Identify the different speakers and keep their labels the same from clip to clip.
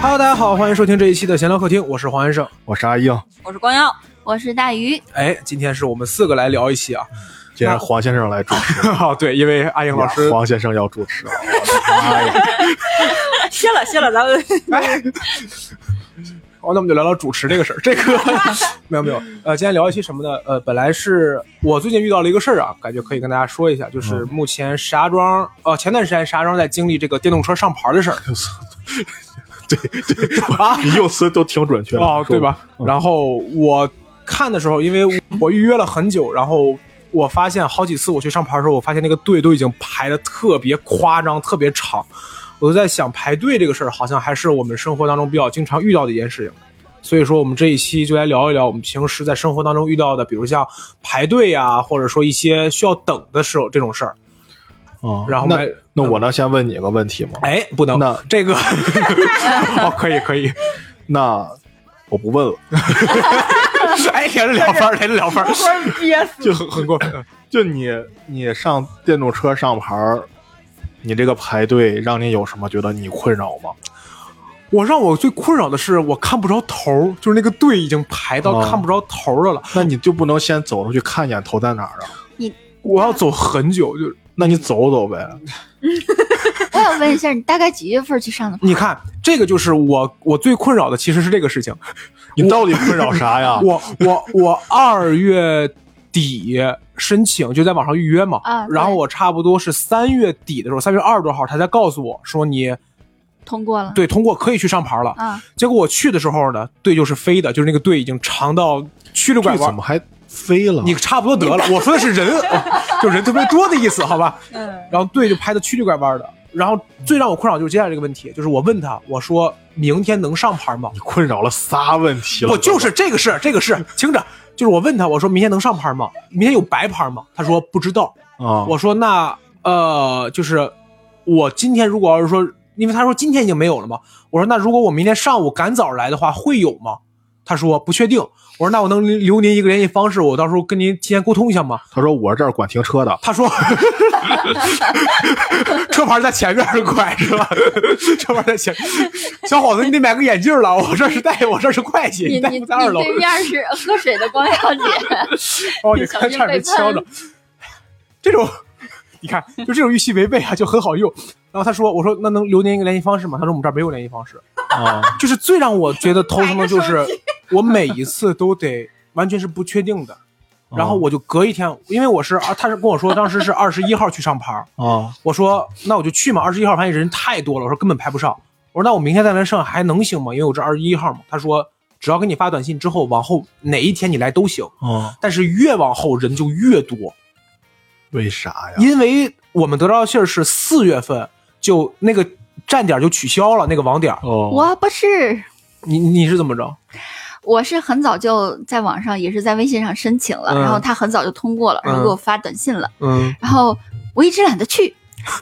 Speaker 1: Hello，大家好，欢迎收听这一期的闲聊客厅，我是黄先生。
Speaker 2: 我是阿英，
Speaker 3: 我是光耀，
Speaker 4: 我是大鱼，
Speaker 1: 哎，今天是我们四个来聊一期啊，
Speaker 2: 今天黄先生来主持，
Speaker 1: 哈，对，因为阿英哎老师，
Speaker 2: 黄先生要主 持啊，
Speaker 3: 歇了歇了，咱们
Speaker 1: 哎，好，那我们就聊聊主持这个事儿。这个没有没有，呃，今天聊一期什么呢？呃，本来是我最近遇到了一个事儿啊，感觉可以跟大家说一下，就是目前石家庄，哦、前段时间石家庄在经历这个电动车上牌的事儿
Speaker 2: 对对，你用词都挺准确的
Speaker 1: 啊哦，对？吧？然后我看的时候，因为我预约了很久，然后。我发现好几次我去上牌的时候，我发现那个队都已经排的特别夸张、特别长，我就在想排队这个事儿，好像还是我们生活当中比较经常遇到的一件事情。所以说，我们这一期就来聊一聊我们平时在生活当中遇到的，比如像排队呀、或者说一些需要等的时候这种事儿。
Speaker 2: 啊，
Speaker 1: 然后
Speaker 2: 那
Speaker 1: 买
Speaker 2: 那我能先问你个问题吗？
Speaker 1: 哎，不能
Speaker 2: 那
Speaker 1: 这个 哦，可以可以。
Speaker 2: 那我不问了，
Speaker 1: 哎，连着两分儿，连着两分儿，
Speaker 3: 憋死。
Speaker 1: 就很很过分。
Speaker 2: 就你你上电动车上牌儿，你这个排队让你有什么觉得你困扰吗？
Speaker 1: 我让我最困扰的是，我看不着头儿，就是那个队已经排到
Speaker 2: 哦
Speaker 1: 看不着头儿的了，
Speaker 2: 那你就不能先走出去看一眼头在哪儿啊？
Speaker 1: 我要走很久。就
Speaker 2: 那你走走呗，
Speaker 4: 我想问一下，你大概几月份去上的？
Speaker 1: 你看，这个就是我我最困扰的，其实是这个事情。
Speaker 2: 你到底困扰啥呀？
Speaker 1: 我我我二月底申请就在网上预约嘛，
Speaker 4: 啊对
Speaker 1: 然后我差不多是三月底的时候，三月二十多号他才告诉我说你
Speaker 4: 通过了。
Speaker 1: 对通过可以去上牌了。
Speaker 4: 啊，
Speaker 1: 结果我去的时候呢，队就是飞的，就是那个队已经长到曲里拐
Speaker 2: 这怎
Speaker 1: 弯
Speaker 2: 么。还飞了？
Speaker 1: 你差不多得了，我说的是人， 哦就人特别多的意思，好吧？
Speaker 3: 嗯，
Speaker 1: 然后队就拍的曲里拐弯的。然后最让我困扰就是接下来这个问题，就是我问他，我说明天能上牌吗？
Speaker 2: 你困扰了仨问题了，
Speaker 1: 不，就是这个是这个是，听着，就是我问他，我说明天能上牌吗？明天有白牌吗？他说不知道。
Speaker 2: 啊，
Speaker 1: 我说那呃，就是我今天如果要是说，因为他说今天已经没有了嘛，我说那如果我明天上午赶早来的话，会有吗？他说不确定。我说那我能留您一个联系方式，我到时候跟您提前沟通一下吗？
Speaker 2: 他说我这儿管停车的，
Speaker 1: 他说， 车牌在前面拐是吧？ 车牌在前，小伙子，你得买个眼镜了。我这是 戴，我这是会计，
Speaker 4: 你
Speaker 1: 戴
Speaker 4: 你
Speaker 1: 不
Speaker 4: 你
Speaker 1: 在二楼。
Speaker 4: 对面是喝水的光耀姐，
Speaker 1: 哦，
Speaker 4: 你
Speaker 1: 你
Speaker 4: 小
Speaker 1: 看
Speaker 4: 心
Speaker 1: 差点
Speaker 4: 被
Speaker 1: 被敲着
Speaker 4: 喷。
Speaker 1: 这种，你看，就这种预期违背啊，就很好用。然后他说：“我说那能留您一个联系方式吗？”他说：“我们这儿没有联系方式。
Speaker 2: 啊，”
Speaker 1: 就是最让我觉得头疼的就
Speaker 3: 买
Speaker 1: 是
Speaker 3: 个手，
Speaker 1: 我每一次都得完全是不确定的。然后我就隔一天，因为我是啊，他是跟我说当时是二十一号去上牌儿，
Speaker 2: 啊，
Speaker 1: 我说那我就去嘛，二十一号发现人太多了，我说根本排不上。我说那我明天再来上还能行吗？因为我这二十一号嘛。他说只要给你发短信之后，往后哪一天你来都行，
Speaker 2: 啊，
Speaker 1: 但是越往后人就越多，
Speaker 2: 为啥呀？
Speaker 1: 因为我们得到的信儿是四月份就那个站点就取消了那个网点儿。
Speaker 2: 哦，
Speaker 4: 我不是，
Speaker 1: 你你是怎么着？
Speaker 4: 我是很早就在网上，也是在微信上申请了，
Speaker 1: 嗯
Speaker 4: 然后他很早就通过了，然
Speaker 1: 嗯
Speaker 4: 后给我发短信了，
Speaker 1: 嗯，
Speaker 4: 然后我一直懒得去，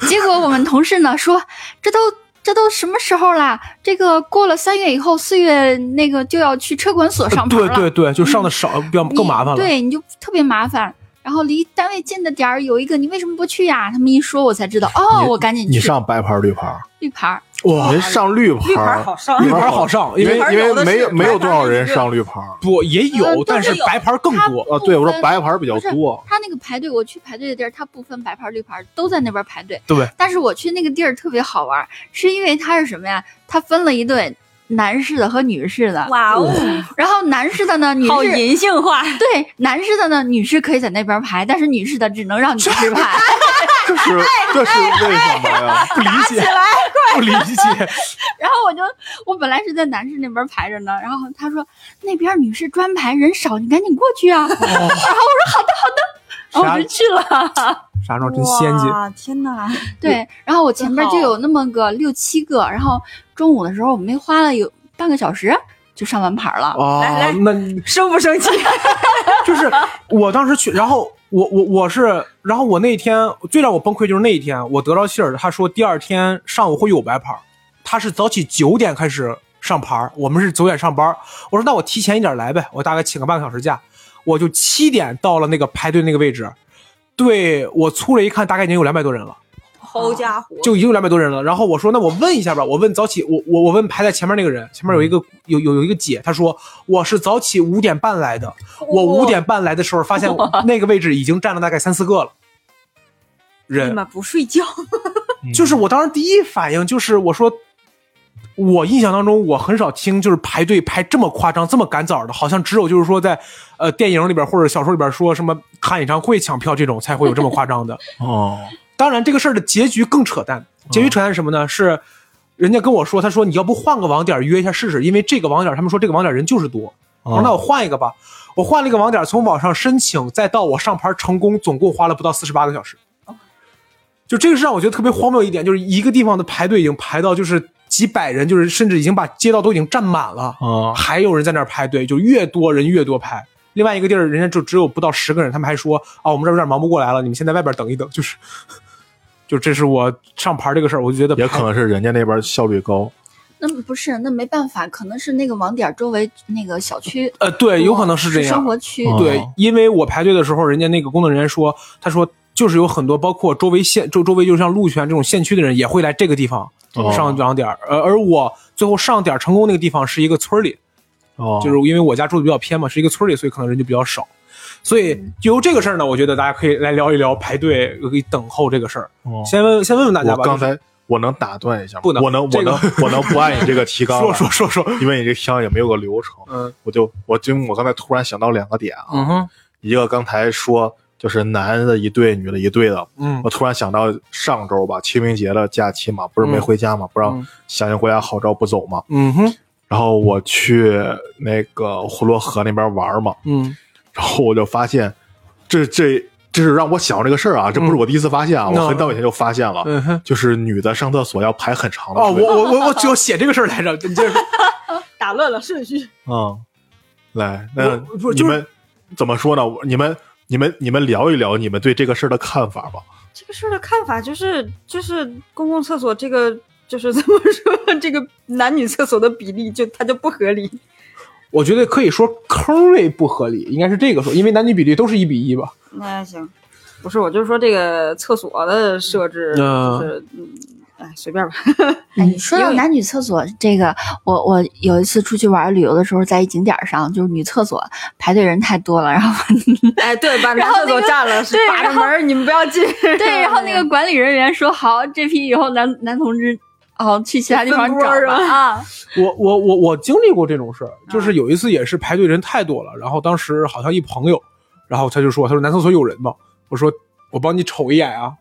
Speaker 4: 结果我们同事呢说，这都这都什么时候啦？这个过了三月以后，四月那个就要去车管所上
Speaker 1: 呃
Speaker 4: 班
Speaker 1: 对
Speaker 4: 了，嗯
Speaker 1: 对对，就上的少，比较
Speaker 4: 你
Speaker 1: 更麻烦了。
Speaker 4: 对，你就特别麻烦。然后离单位近的点儿有一个，你为什么不去呀？他们一说，我才知道，哦，
Speaker 2: 你
Speaker 4: 我赶紧去。
Speaker 2: 你上白牌绿牌？
Speaker 4: 绿牌儿，
Speaker 1: 哇
Speaker 2: 人上绿
Speaker 3: 绿牌
Speaker 2: 牌，
Speaker 3: 好上，
Speaker 1: 绿牌儿好上，因
Speaker 2: 因
Speaker 1: 为
Speaker 2: 为
Speaker 3: 绿牌
Speaker 2: 因
Speaker 3: 有的
Speaker 2: 为
Speaker 3: 是
Speaker 2: 没有
Speaker 3: 白牌
Speaker 2: 没有多少人
Speaker 3: 绿
Speaker 2: 上绿牌儿
Speaker 1: 不也有，
Speaker 4: 呃
Speaker 1: 但
Speaker 4: 但
Speaker 1: 是
Speaker 4: 是
Speaker 1: 白牌儿更
Speaker 4: 它
Speaker 1: 多。
Speaker 2: 啊。对，我说白牌儿比较多
Speaker 4: 他那个排队，我去排队的地儿，他不分白牌儿绿牌儿，都在那边排队。
Speaker 1: 对。
Speaker 4: 但是我去那个地儿特别好玩儿，是因为它是什么呀？它分了一队男士的和女士的。
Speaker 3: 哇哦，
Speaker 4: 然后男士的呢，女
Speaker 3: 好
Speaker 4: 士
Speaker 3: 银杏化，
Speaker 4: 对男士的呢，女士可以在那边排，但是女士的只能让 女士排。
Speaker 2: 这是这是
Speaker 1: 哎
Speaker 2: 为什么呀？
Speaker 1: 不理解，不理解。
Speaker 4: 然后我就我本来是在男士那边排着呢，然后他说那边女士专排人少，你赶紧过去 啊。
Speaker 1: 哦，
Speaker 4: 然后
Speaker 1: 啥
Speaker 4: 我就去 了。
Speaker 1: 石家庄真先进。
Speaker 3: 哇，天哪！
Speaker 4: 对，然后我前面
Speaker 3: 真好
Speaker 4: 就有那么个六七个，然后中午的时候我们没花了有半个小时就上完牌了。
Speaker 3: 来
Speaker 1: 啊
Speaker 3: 来，
Speaker 1: 那
Speaker 3: 生不生气？
Speaker 1: 就是我当时去，然后我我我是，然后我那天最让我崩溃就是那一天，我得到信儿，他说第二天上午会有白牌儿，他是早起九点开始上牌儿，我们是九点上班儿，我说那我提前一点来呗，我大概请个半个小时假，我就七点到了那个排队那个位置，对我粗略一看，大概已经有两百多人了。
Speaker 3: 好家伙，
Speaker 1: 就已经有两百多人了。然后我说，那我问一下吧，我问早起，我我我问排在前面那个人，前面有一个有有有一个姐，她说我是早起五点半来的，我五点半来的时候发现那个位置已经站了大概三四个了
Speaker 3: 你
Speaker 1: 人，
Speaker 3: 们不睡觉，
Speaker 1: 就是我当时第一反应就是我说。我印象当中，我很少听就是排队排这么夸张、这么赶早的，好像只有就是说在，呃，电影里边或者小说里边说什么看演唱会抢票这种才会有这么夸张的。
Speaker 2: 哦，
Speaker 1: 当然，这个事儿的结局更扯淡。结局扯淡是什么呢？是人家跟我说，他说你要不换个网点约一下试试，因为这个网点他们说这个网点人就是多。
Speaker 2: 哦
Speaker 1: 我说哦那我换一个吧。我换了一个网点，从网上申请再到我上牌成功，总共花了不到四十八个小时。就这个是让我觉得特别荒谬一点，就是一个地方的排队已经排到就是几百人，就是甚至已经把街道都已经占满了。
Speaker 2: 啊
Speaker 1: 还有人在那儿排队，就越多人越多排。另外一个地儿，人家就只有不到十个人，他们还说啊，我们这儿有点忙不过来了，你们先在外边等一等。就是， 就这是我上牌这个事儿，我就觉得
Speaker 2: 也可能是人家那边效率高，
Speaker 4: 那不是，那没办法，可能是那个网点周围那个小区多，
Speaker 1: 呃， 对，有可能是这样。
Speaker 4: 生活区，
Speaker 2: 哦
Speaker 1: 对，因为我排队的时候，人家那个工作人员说，他说就是有很多包括周围县周周围，就像鹿泉这种县区的人也会来这个地方
Speaker 2: 哦
Speaker 1: 上网点儿。呃，而我最后上点儿成功那个地方是一个村儿里，
Speaker 2: 哦，
Speaker 1: 就是因为我家住的比较偏嘛，是一个村里，所以可能人就比较少。所以
Speaker 2: 嗯
Speaker 1: 由这个事儿呢，我觉得大家可以来聊一聊排队、呃等候这个事儿。
Speaker 2: 哦
Speaker 1: 先问先问问大家
Speaker 2: 我
Speaker 1: 吧，
Speaker 2: 刚
Speaker 1: 就是
Speaker 2: 才我能打断一下吗？
Speaker 1: 不能
Speaker 2: 我能我
Speaker 1: 这个
Speaker 2: 能 我能不按你这个提纲
Speaker 1: 说
Speaker 2: 来
Speaker 1: 说说说，
Speaker 2: 因为你这提纲也没有个流程，
Speaker 1: 嗯
Speaker 2: 我就我就我刚才突然想到两个点啊，
Speaker 1: 嗯哼
Speaker 2: 一个刚才说就是男的一对，女的一对的，
Speaker 1: 嗯
Speaker 2: 我突然想到上周吧，清明节的假期嘛，不是没
Speaker 1: 嗯
Speaker 2: 回家嘛，不让
Speaker 1: 嗯
Speaker 2: 响应国家号召不走嘛，
Speaker 1: 嗯哼
Speaker 2: 然后我去那个呼罗河那边玩嘛，
Speaker 1: 嗯
Speaker 2: 然后我就发现，这这这是让我想这个事儿啊，这不是我第一次发现啊，
Speaker 1: 嗯
Speaker 2: 我很早以前就发现了，
Speaker 1: 嗯哼。
Speaker 2: 就是女的上厕所要排很长的
Speaker 1: 哦，我
Speaker 2: 队，
Speaker 1: 我我我只有写这个事儿来着，你 这
Speaker 3: 打乱了顺序，
Speaker 2: 嗯，来，那
Speaker 1: 我不是
Speaker 2: 你
Speaker 1: 就是
Speaker 2: 们怎么说呢？我你们你们你们聊一聊你们对这个事儿的看法吧。
Speaker 3: 这个事儿的看法就是，就是公共厕所这个，就是怎么说，这个男女厕所的比例就它就不合理。
Speaker 1: 我觉得可以说坑位不合理，应该是这个说，因为男女比例都是一比一吧。
Speaker 3: 那行，不是我就是说这个厕所的设置，
Speaker 1: 嗯
Speaker 3: 就是嗯，哎，随便吧。
Speaker 4: 哎，你说
Speaker 3: 因
Speaker 4: 到
Speaker 3: 为
Speaker 4: 男女厕所这个，我我有一次出去玩旅游的时候，在一景点儿上，就是女厕所排队人太多了，然后
Speaker 3: 哎，对， 把
Speaker 4: 然
Speaker 3: 男
Speaker 4: 后
Speaker 3: 厕所
Speaker 4: 那个
Speaker 3: 占了，是
Speaker 4: 对
Speaker 3: 把着
Speaker 4: 然后
Speaker 3: 门儿你们不要进。
Speaker 4: 对，然后那个管理人员说好，这批以后男男同志哦去其他地方
Speaker 3: 分
Speaker 4: 找
Speaker 3: 拨儿
Speaker 4: 吧啊，
Speaker 1: 我我我我经历过这种事儿，就是有一次也是排队人太多了，然后当时好像一朋友，然后他就说，他说男厕所有人吗？我说我帮你瞅一眼啊，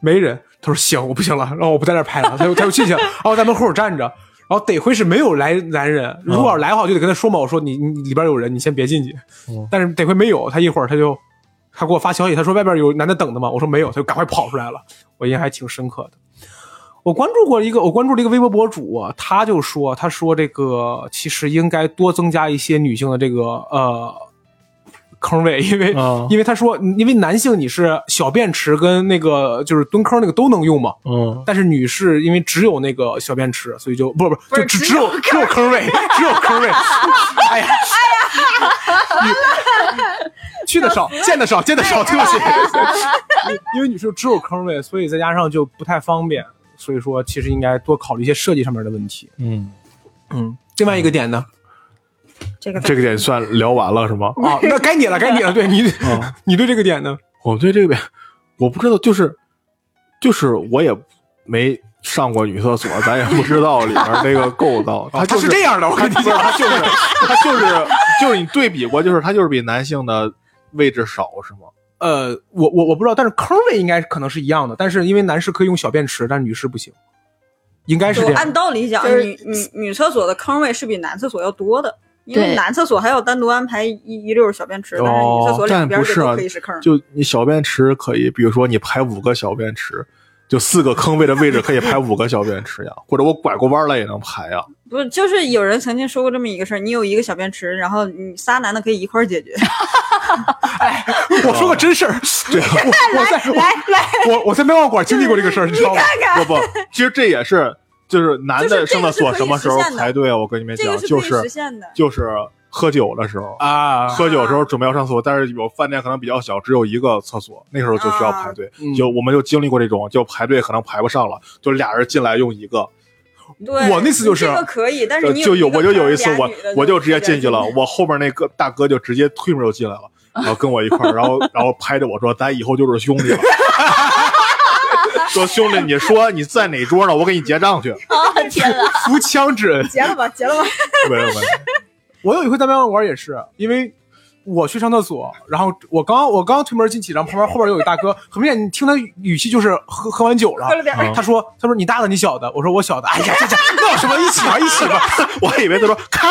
Speaker 1: 没人。他说行，我不行了，然后我不在那儿排了，他就他就进去了，然后我在门口站着。然后得亏是没有来男人，如果要是来的话，我就得跟他说嘛，我说你你里边有人，你先别进去
Speaker 2: 嗯。
Speaker 1: 但是得亏没有，他一会儿他就他给我发消息，他说外边有男的等的嘛，我说没有，他就赶快跑出来了，我印象还挺深刻的。我关注过一个，我关注了一个微博博主、啊，他就说，他说这个其实应该多增加一些女性的这个呃坑位，因为、
Speaker 2: 啊
Speaker 1: 因为他说，因为男性你是小便池跟那个就是蹲坑那个都能用嘛，
Speaker 2: 嗯，
Speaker 1: 但是女士因为只有那个小便池，所以就不不
Speaker 3: 不
Speaker 1: 就是只
Speaker 3: 只
Speaker 1: 只有只有坑位，只有坑位。 哎呀，哎呀，去的少，见的少，见的 少，对不起。因为女士只有坑位，所以再加上就不太方便，所以说其实应该多考虑一些设计上面的问题。
Speaker 2: 嗯，
Speaker 1: 嗯，另外一个点 呢？
Speaker 3: 这个
Speaker 2: 这个点算聊完了是吗？
Speaker 1: 啊，那该你了，该你了。对你
Speaker 2: 嗯，
Speaker 1: 你对这个点呢？
Speaker 2: 我对这个我不知道，就是就是我也没上过女厕 所，咱也不知道里面那个构造，它
Speaker 1: 哦他
Speaker 2: 就是
Speaker 1: 这样的，我
Speaker 2: 它
Speaker 1: 跟你
Speaker 2: 不是
Speaker 1: 讲，
Speaker 2: 它就是它就是就是你对比过，就是它就是比男性的位置少是吗？
Speaker 1: 呃，我我我不知道，但是坑位应该可能是一样的，但是因为男士可以用小便池，但是女士不行，应该是
Speaker 3: 就
Speaker 1: 这样
Speaker 3: 按。道理讲，
Speaker 4: 就是
Speaker 3: 女女女厕所的坑位是比男厕所要多的，因为
Speaker 4: 对
Speaker 3: 男厕所还要单独安排一一溜儿小便池，但是女厕所
Speaker 2: 但
Speaker 3: 两边
Speaker 2: 不
Speaker 3: 儿
Speaker 2: 是啊
Speaker 3: 都可以是坑，。
Speaker 2: 就你小便池可以，比如说你排五个小便池，就四个坑位的位置可以排五个小便池呀，或者我拐过弯来也能排啊呀。
Speaker 3: 不是，就是有人曾经说过这么一个事儿：你有一个小便池，然后你仨男的可以一块儿解决。
Speaker 1: 我说个真事儿，我我在
Speaker 3: 来来，
Speaker 1: 我我在卖报馆经历过这个事儿，你知道吗？
Speaker 2: 不不，其实这也是就是男的
Speaker 3: 就是这
Speaker 2: 上
Speaker 3: 个
Speaker 2: 厕
Speaker 3: 是可以
Speaker 2: 所什么时候
Speaker 3: 实现的
Speaker 2: 排队啊？我跟你们
Speaker 3: 这个
Speaker 2: 讲，
Speaker 3: 是
Speaker 2: 就
Speaker 3: 可以实
Speaker 2: 是
Speaker 3: 现的。
Speaker 2: 就是喝酒的时候，
Speaker 1: 啊，
Speaker 2: 喝酒的时候准备要上厕所，但是有饭店可能比较小，只有一个厕所，那个时候就需要
Speaker 3: 啊
Speaker 2: 排队，
Speaker 1: 嗯
Speaker 2: 就我们就经历过这种，就排队可能排不上了，就俩人进来用一个，
Speaker 3: 对，
Speaker 1: 我那次就是
Speaker 3: 这个可以，但
Speaker 2: 就是
Speaker 3: 你
Speaker 2: 就有
Speaker 3: 个
Speaker 2: 我就有一次
Speaker 3: 俩
Speaker 2: 我
Speaker 3: 女的
Speaker 2: 我就直接进去了，
Speaker 3: 对
Speaker 2: 我后面那个大哥就直接推门就进来 了，然后跟我一块儿，然后然后拍着我说：“咱以后就是兄弟 了。” 说兄弟，你说你在哪桌呢？我给你结账去。
Speaker 4: 啊天啊！
Speaker 1: 扶枪指人。
Speaker 3: 结了吧，结了吧，
Speaker 2: 没有没有，
Speaker 1: 我有一回在麦当劳玩也是，因为我去上厕所，然后我刚我刚推门进去，然后旁边 后边有一大哥，很明显你听他语气就是喝喝完酒了
Speaker 3: 喝。了点儿。
Speaker 2: 嗯
Speaker 1: 他说：“他说你大的你小的，我说我小的。哎 呀，这这闹什么？一
Speaker 2: 啊
Speaker 1: 起玩一起玩，
Speaker 2: 我还以为他说开，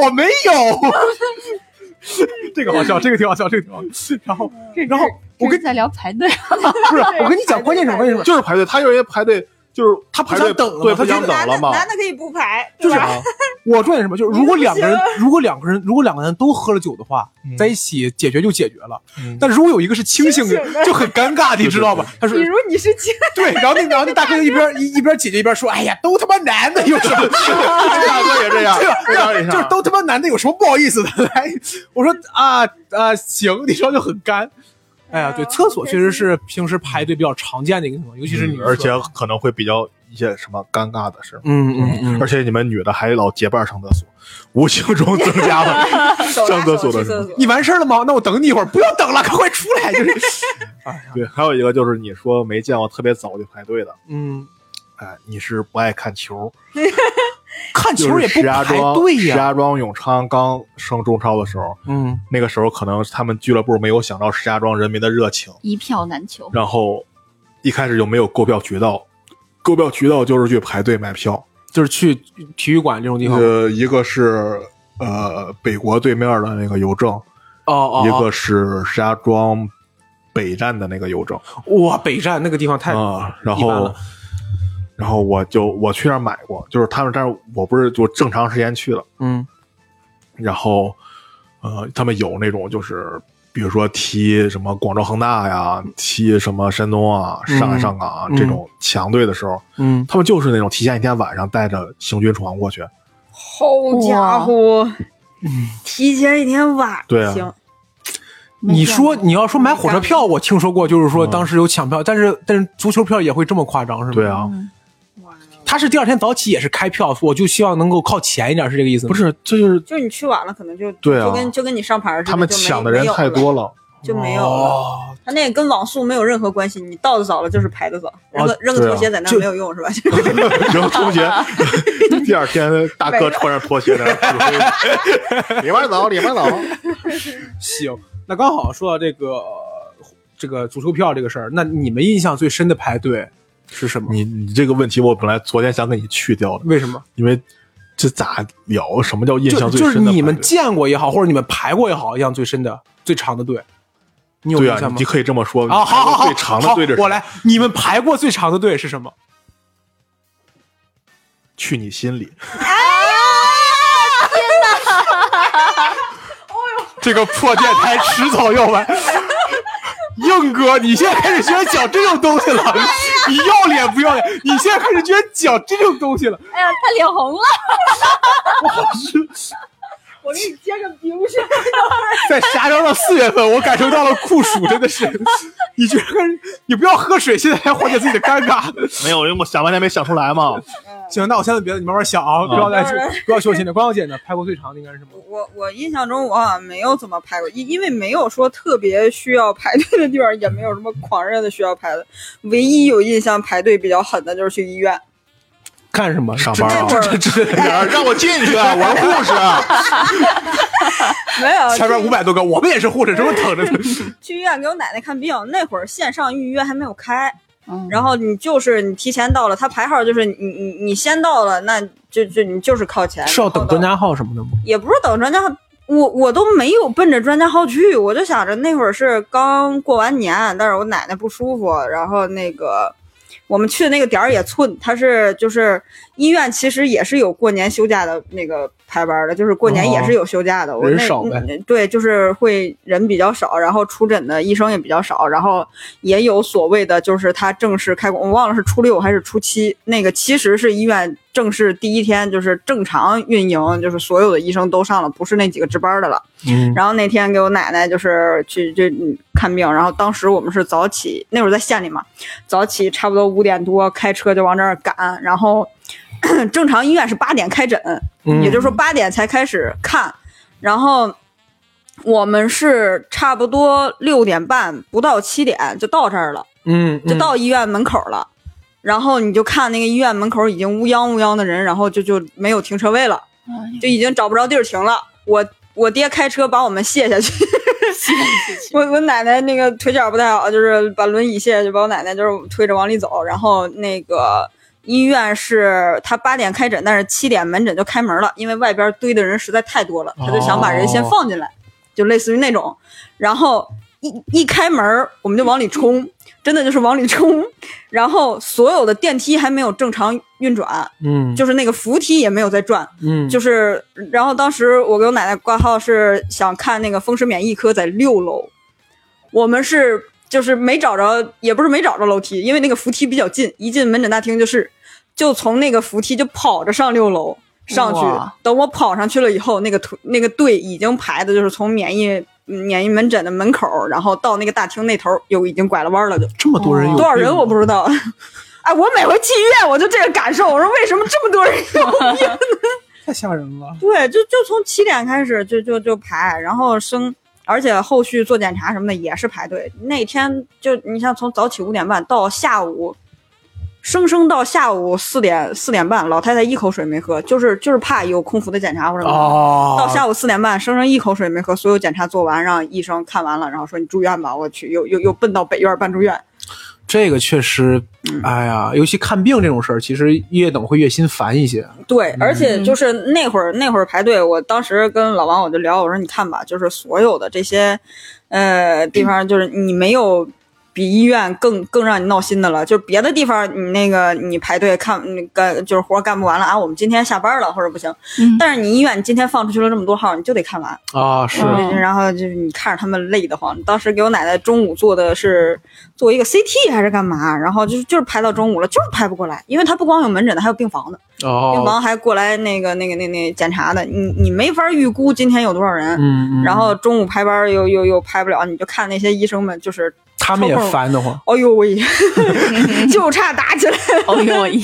Speaker 1: 我没有。 这个好笑，这个挺好笑，这个挺好笑。然后，然后我跟
Speaker 4: 在聊排队，
Speaker 1: 不是我跟你讲，关键是什么？为什么？
Speaker 2: 就是排队，他因为排队就是
Speaker 1: 他不
Speaker 2: 排队
Speaker 1: 想等了
Speaker 2: 对
Speaker 1: 吗
Speaker 2: 他
Speaker 1: 不
Speaker 2: 想
Speaker 1: 想
Speaker 2: 等
Speaker 3: 男
Speaker 2: 了
Speaker 3: 的
Speaker 2: 嘛。
Speaker 3: 男的可以不排，
Speaker 1: 就
Speaker 3: 对
Speaker 1: 是
Speaker 3: 吧？
Speaker 2: 啊
Speaker 1: 我重点是什么？就是如果两个人
Speaker 3: 你不，
Speaker 1: 如果两个人，如果两个人都喝了酒的话，
Speaker 2: 嗯
Speaker 1: 在一起解决就解决了。
Speaker 2: 嗯
Speaker 1: 但如果有一个是清醒
Speaker 3: 清醒的
Speaker 1: 就很尴尬，你知道吧？他说
Speaker 3: 比如你是结，
Speaker 1: 对，然后那然后那大哥就一边一一边解决一边说：“哎呀，都他妈男的有什 么？
Speaker 2: 大哥也 这样，非常也
Speaker 1: 啊就是都他妈男的有什么不好意思的？”来，我说啊啊，行，你知道就很干。哎呀，对，
Speaker 3: 啊
Speaker 1: 厕所确实是平时排队比较常见的一个情况，尤其是女厕，
Speaker 2: 嗯而且可能会比较一些什么尴尬的事。
Speaker 1: 嗯嗯嗯，
Speaker 2: 而且你们女的还老结伴上厕所，无形中增加了
Speaker 3: 手
Speaker 2: 上
Speaker 3: 拉
Speaker 2: 厕
Speaker 3: 手
Speaker 2: 所
Speaker 3: 去
Speaker 2: 的时候
Speaker 3: 厕所。
Speaker 1: 你完事儿了吗？那我等你一会儿，不要等了，赶快出来。就是，
Speaker 2: 对。还有一个就是你说没见过特别早就排队的，
Speaker 1: 嗯，
Speaker 2: 哎，你是不爱看球？
Speaker 1: 看
Speaker 2: 就
Speaker 1: 球也
Speaker 2: 是
Speaker 1: 不
Speaker 2: 石家
Speaker 1: 排
Speaker 2: 庄，
Speaker 1: 队
Speaker 2: 石
Speaker 1: 呀。
Speaker 2: 家庄永昌刚升中超的时候，
Speaker 1: 嗯，
Speaker 2: 那个时候可能他们俱乐部没有想到石家庄人民的热情，
Speaker 4: 一票难求。
Speaker 2: 然后一开始就没有购票渠道。购票渠道就是去排队买票，
Speaker 1: 就是去体育馆这种地方，哦
Speaker 2: 呃，一个是呃北国对面的那个邮政，
Speaker 1: 哦，
Speaker 2: 一
Speaker 1: 哦
Speaker 2: 个是石家庄北站的那个邮政
Speaker 1: 哦哇，北站那个地方太
Speaker 2: 啊、然
Speaker 1: 一般
Speaker 2: 后
Speaker 1: 了
Speaker 2: 然后我就我去那儿买过，就是他们，但是我不是就正常时间去了，
Speaker 1: 嗯
Speaker 2: 然后呃，他们有那种就是。比如说踢什么广州恒大呀，踢什么山东啊、上海上港啊、
Speaker 1: 嗯
Speaker 2: 这种强队的时候，
Speaker 1: 嗯，
Speaker 2: 他们就是那种提前一天晚上带着行军床过去。
Speaker 3: 好家伙，提前一天晚
Speaker 2: 嗯对啊
Speaker 3: 行，
Speaker 4: 没
Speaker 1: 你
Speaker 4: 见
Speaker 1: 说
Speaker 4: 过
Speaker 1: 你要说买火车票，我听说过，就是说
Speaker 2: 嗯
Speaker 1: 当时有抢票，但是但是足球票也会这么夸张，是吗？
Speaker 2: 对，啊，
Speaker 4: 嗯
Speaker 1: 他是第二天早起也是开票，我就希望能够靠前一点，是这个意思吗？
Speaker 2: 不，是，这就是
Speaker 3: 就是你去晚了，可能就
Speaker 2: 对啊
Speaker 3: 就跟就跟你上牌似的，
Speaker 2: 他们
Speaker 3: 就没
Speaker 2: 抢的人太 多，了。
Speaker 3: 没有了就没有了。
Speaker 1: 哦，
Speaker 3: 他那跟网速没有任何关系，你到的早了就是排的早，扔个扔
Speaker 2: 对
Speaker 3: 个
Speaker 2: 啊
Speaker 3: 拖鞋在那
Speaker 1: 就
Speaker 3: 儿没有用是吧？
Speaker 2: 然后同学 第二天，大哥穿着拖鞋在那儿指挥，里面走，里面走。
Speaker 1: 行，那刚好说到这个呃这个足球票这个事儿，那你们印象最深的排队是什么？
Speaker 2: 你你这个问题，我本来昨天想给你去掉的，
Speaker 1: 为什么？
Speaker 2: 因为这咋聊？什么叫印
Speaker 1: 就
Speaker 2: 象最
Speaker 1: 就是
Speaker 2: 深的排队？
Speaker 1: 你们见过也好，或者你们排过也好，印象最深的、最长的队，你有
Speaker 2: 对
Speaker 1: 印
Speaker 2: 啊
Speaker 1: 象，吗
Speaker 2: 你？可以这么说。
Speaker 1: 啊，好好好，
Speaker 2: 最长的
Speaker 1: 好
Speaker 2: 对着
Speaker 1: 我来，你们排过最长的队是什么？
Speaker 2: 去你心里。
Speaker 1: 这个破电台迟早要完。硬哥，你现在开始居然讲这种东西了，
Speaker 3: 哎
Speaker 1: 你要脸不要脸？你现在开始居然讲这种东西了，
Speaker 4: 哎呀，他脸红了，
Speaker 3: 我给你接个冰去。
Speaker 1: 在石家庄的四月份，我感受到了酷暑，真 的是。你居然开始，你不要喝水，现在还缓解自己的尴尬。
Speaker 2: 没有，因为我想半天没想出来嘛。
Speaker 1: 行，那我现在别的你慢慢想啊，不要
Speaker 3: 嗯
Speaker 1: 再说不要休息了。光耀姐呢，拍过最长的应该是什么？
Speaker 3: 我我印象中我好像没有怎么排过，因因为没有说特别需要排队的地方，也没有什么狂热的需要排的。唯一有印象排队比较狠的就是去医院，
Speaker 1: 干什么？
Speaker 2: 上班啊
Speaker 1: 这这这这
Speaker 2: 让我进去，我是护士。
Speaker 3: 没有
Speaker 1: 前面五百多个，我们也是护士，这么等着呢。
Speaker 3: 去医院给我奶奶看病。那会儿线上预约还没有开，
Speaker 4: 嗯
Speaker 3: 然后你就是你提前到了，他排号就是你你你先到了，那就就你就是靠前。
Speaker 1: 是要等专
Speaker 3: 然后
Speaker 1: 家号什么的吗？
Speaker 3: 到，也不是等专家号。我我都没有奔着专家号去，我就想着那会儿是刚过完年，但是我奶奶不舒服，然后那个我们去的那个点儿也寸，它是就是医院其实也是有过年休假的那个排班的，就是过年也是
Speaker 1: 哦
Speaker 3: 有休假的。我那
Speaker 1: 人少呗
Speaker 3: 嗯对，就是会人比较少，然后出诊的医生也比较少，然后也有所谓的就是他正式开工，我忘了是初六还是初七，那个其实是医院正式第一天就是正常运营，就是所有的医生都上了，不是那几个值班的了。
Speaker 1: 嗯，
Speaker 3: 然后那天给我奶奶就是去就嗯看病，然后当时我们是早起，那会儿在县里嘛，早起差不多五点多开车就往这儿赶，然后 正常医院是八点开诊，
Speaker 1: 嗯
Speaker 3: 也就是说八点才开始看，然后我们是差不多六点半不到七点就到这儿了，
Speaker 1: 嗯，
Speaker 3: 就到医院门口了。然后你就看那个医院门口已经乌泱乌泱的人，然后就就没有停车位了，
Speaker 4: 哎
Speaker 3: 就已经找不着地儿停了。我我爹开车把我们卸下去，我我奶奶那个腿脚不太好，就是把轮椅卸下去，把我奶奶就是推着往里走。然后那个医院是他八点开诊，但是七点门诊就开门了，因为外边堆的人实在太多了，他就想把人先放进来，就类似于那种。然后一一开门，我们就往里冲，真的就是往里冲。然后所有的电梯还没有正常运转，
Speaker 1: 嗯，
Speaker 3: 就是那个扶梯也没有在转，
Speaker 1: 嗯，
Speaker 3: 就是，然后当时我给我奶奶挂号是想看那个风湿免疫科在六楼，我们是就是没找着，也不是没找着楼梯，因为那个扶梯比较近，一进门诊大厅就是，就从那个扶梯就跑着上六楼上去
Speaker 4: 哇。
Speaker 3: 等我跑上去了以后，那个图那个队已经排的就是从免疫嗯免疫门诊的门口，然后到那个大厅那头又已经拐了弯了就，
Speaker 1: 这么多人有
Speaker 3: 多少人
Speaker 1: 病
Speaker 3: 我不知道。 哎，我每回去医院我就这个感受，我说为什么这么多人有
Speaker 1: 太吓人了。
Speaker 3: 对，就就从七点开始就就就排，然后生，而且后续做检查什么的也是排队。那天就你像从早起五点半到下午，生生到下午四点四点半，老太太一口水没喝，就是就是怕有空腹的检查或者什么的。
Speaker 1: 哦，
Speaker 3: 到下午四点半，生生一口水没喝，所有检查做完，让医生看完了，然后说你住院吧。我去，又又又奔到北院办住院。
Speaker 1: 这个确实，哎呀，尤其看病这种事儿，其实越等会越心烦一些。
Speaker 3: 对，而且
Speaker 1: 嗯
Speaker 3: 就是那会儿那会儿排队，我当时跟老王我就聊，我说你看吧，就是所有的这些，呃，地方就是你没有比医院更更让你闹心的了，就是别的地方你那个你排队看那个就是活儿干不完了啊，我们今天下班了或者不行，
Speaker 4: 嗯
Speaker 3: 但是你医院你今天放出去了这么多号，你就得看完，
Speaker 1: 啊，是
Speaker 4: 嗯
Speaker 3: 然后就是你看着他们累得慌。当时给我奶奶中午做的是做一个 CT 还是干嘛，然后就是就是排到中午了，就是排不过来，因为他不光有门诊的，还有病房的。病
Speaker 1: 哦，
Speaker 3: 房还过来那个那个那那检查的，你你没法预估今天有多少人，
Speaker 1: 嗯，嗯
Speaker 3: 然后中午排班又又又排不了，你就看那些医生们就是，
Speaker 1: 他们也烦得慌。
Speaker 3: 哎呦 喂，就差打起来，
Speaker 4: 哦呦我一，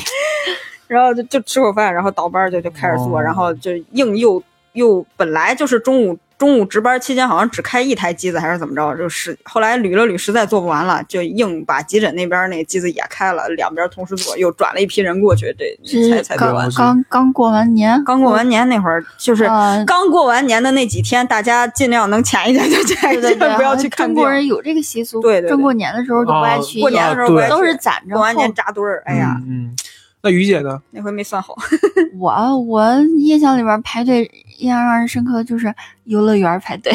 Speaker 3: 然后就就吃口饭，然后倒班儿就就开始做，
Speaker 1: 哦
Speaker 3: 然后就硬又又本来就是中午。中午值班期间好像只开一台机子还是怎么着，就是后来捋了捋，实在做不完了，就硬把急诊那边那机子也开了，两边同时做，又转了一批人过去，这才
Speaker 4: 是
Speaker 3: 才做
Speaker 4: 刚
Speaker 3: 完。
Speaker 4: 刚刚过完年，
Speaker 3: 刚过完年那会儿，就是
Speaker 4: 啊
Speaker 3: 刚过完年的那几天，大家尽量能前一天就前一
Speaker 4: 对对
Speaker 3: 天，
Speaker 4: 对，
Speaker 3: 不要
Speaker 4: 好像
Speaker 3: 去看
Speaker 4: 中
Speaker 3: 病
Speaker 4: 国。人有这个习俗，
Speaker 3: 对对对
Speaker 4: 正过年的时候就不爱去医院，
Speaker 3: 过年的时候不爱去
Speaker 4: 都是攒着
Speaker 3: 过完年
Speaker 4: 后
Speaker 3: 扎堆儿，哎呀，
Speaker 1: 嗯，嗯那于姐呢？
Speaker 3: 那回没 算好。
Speaker 4: 我我印象里边排队印象让人深刻的就是游乐园排 队，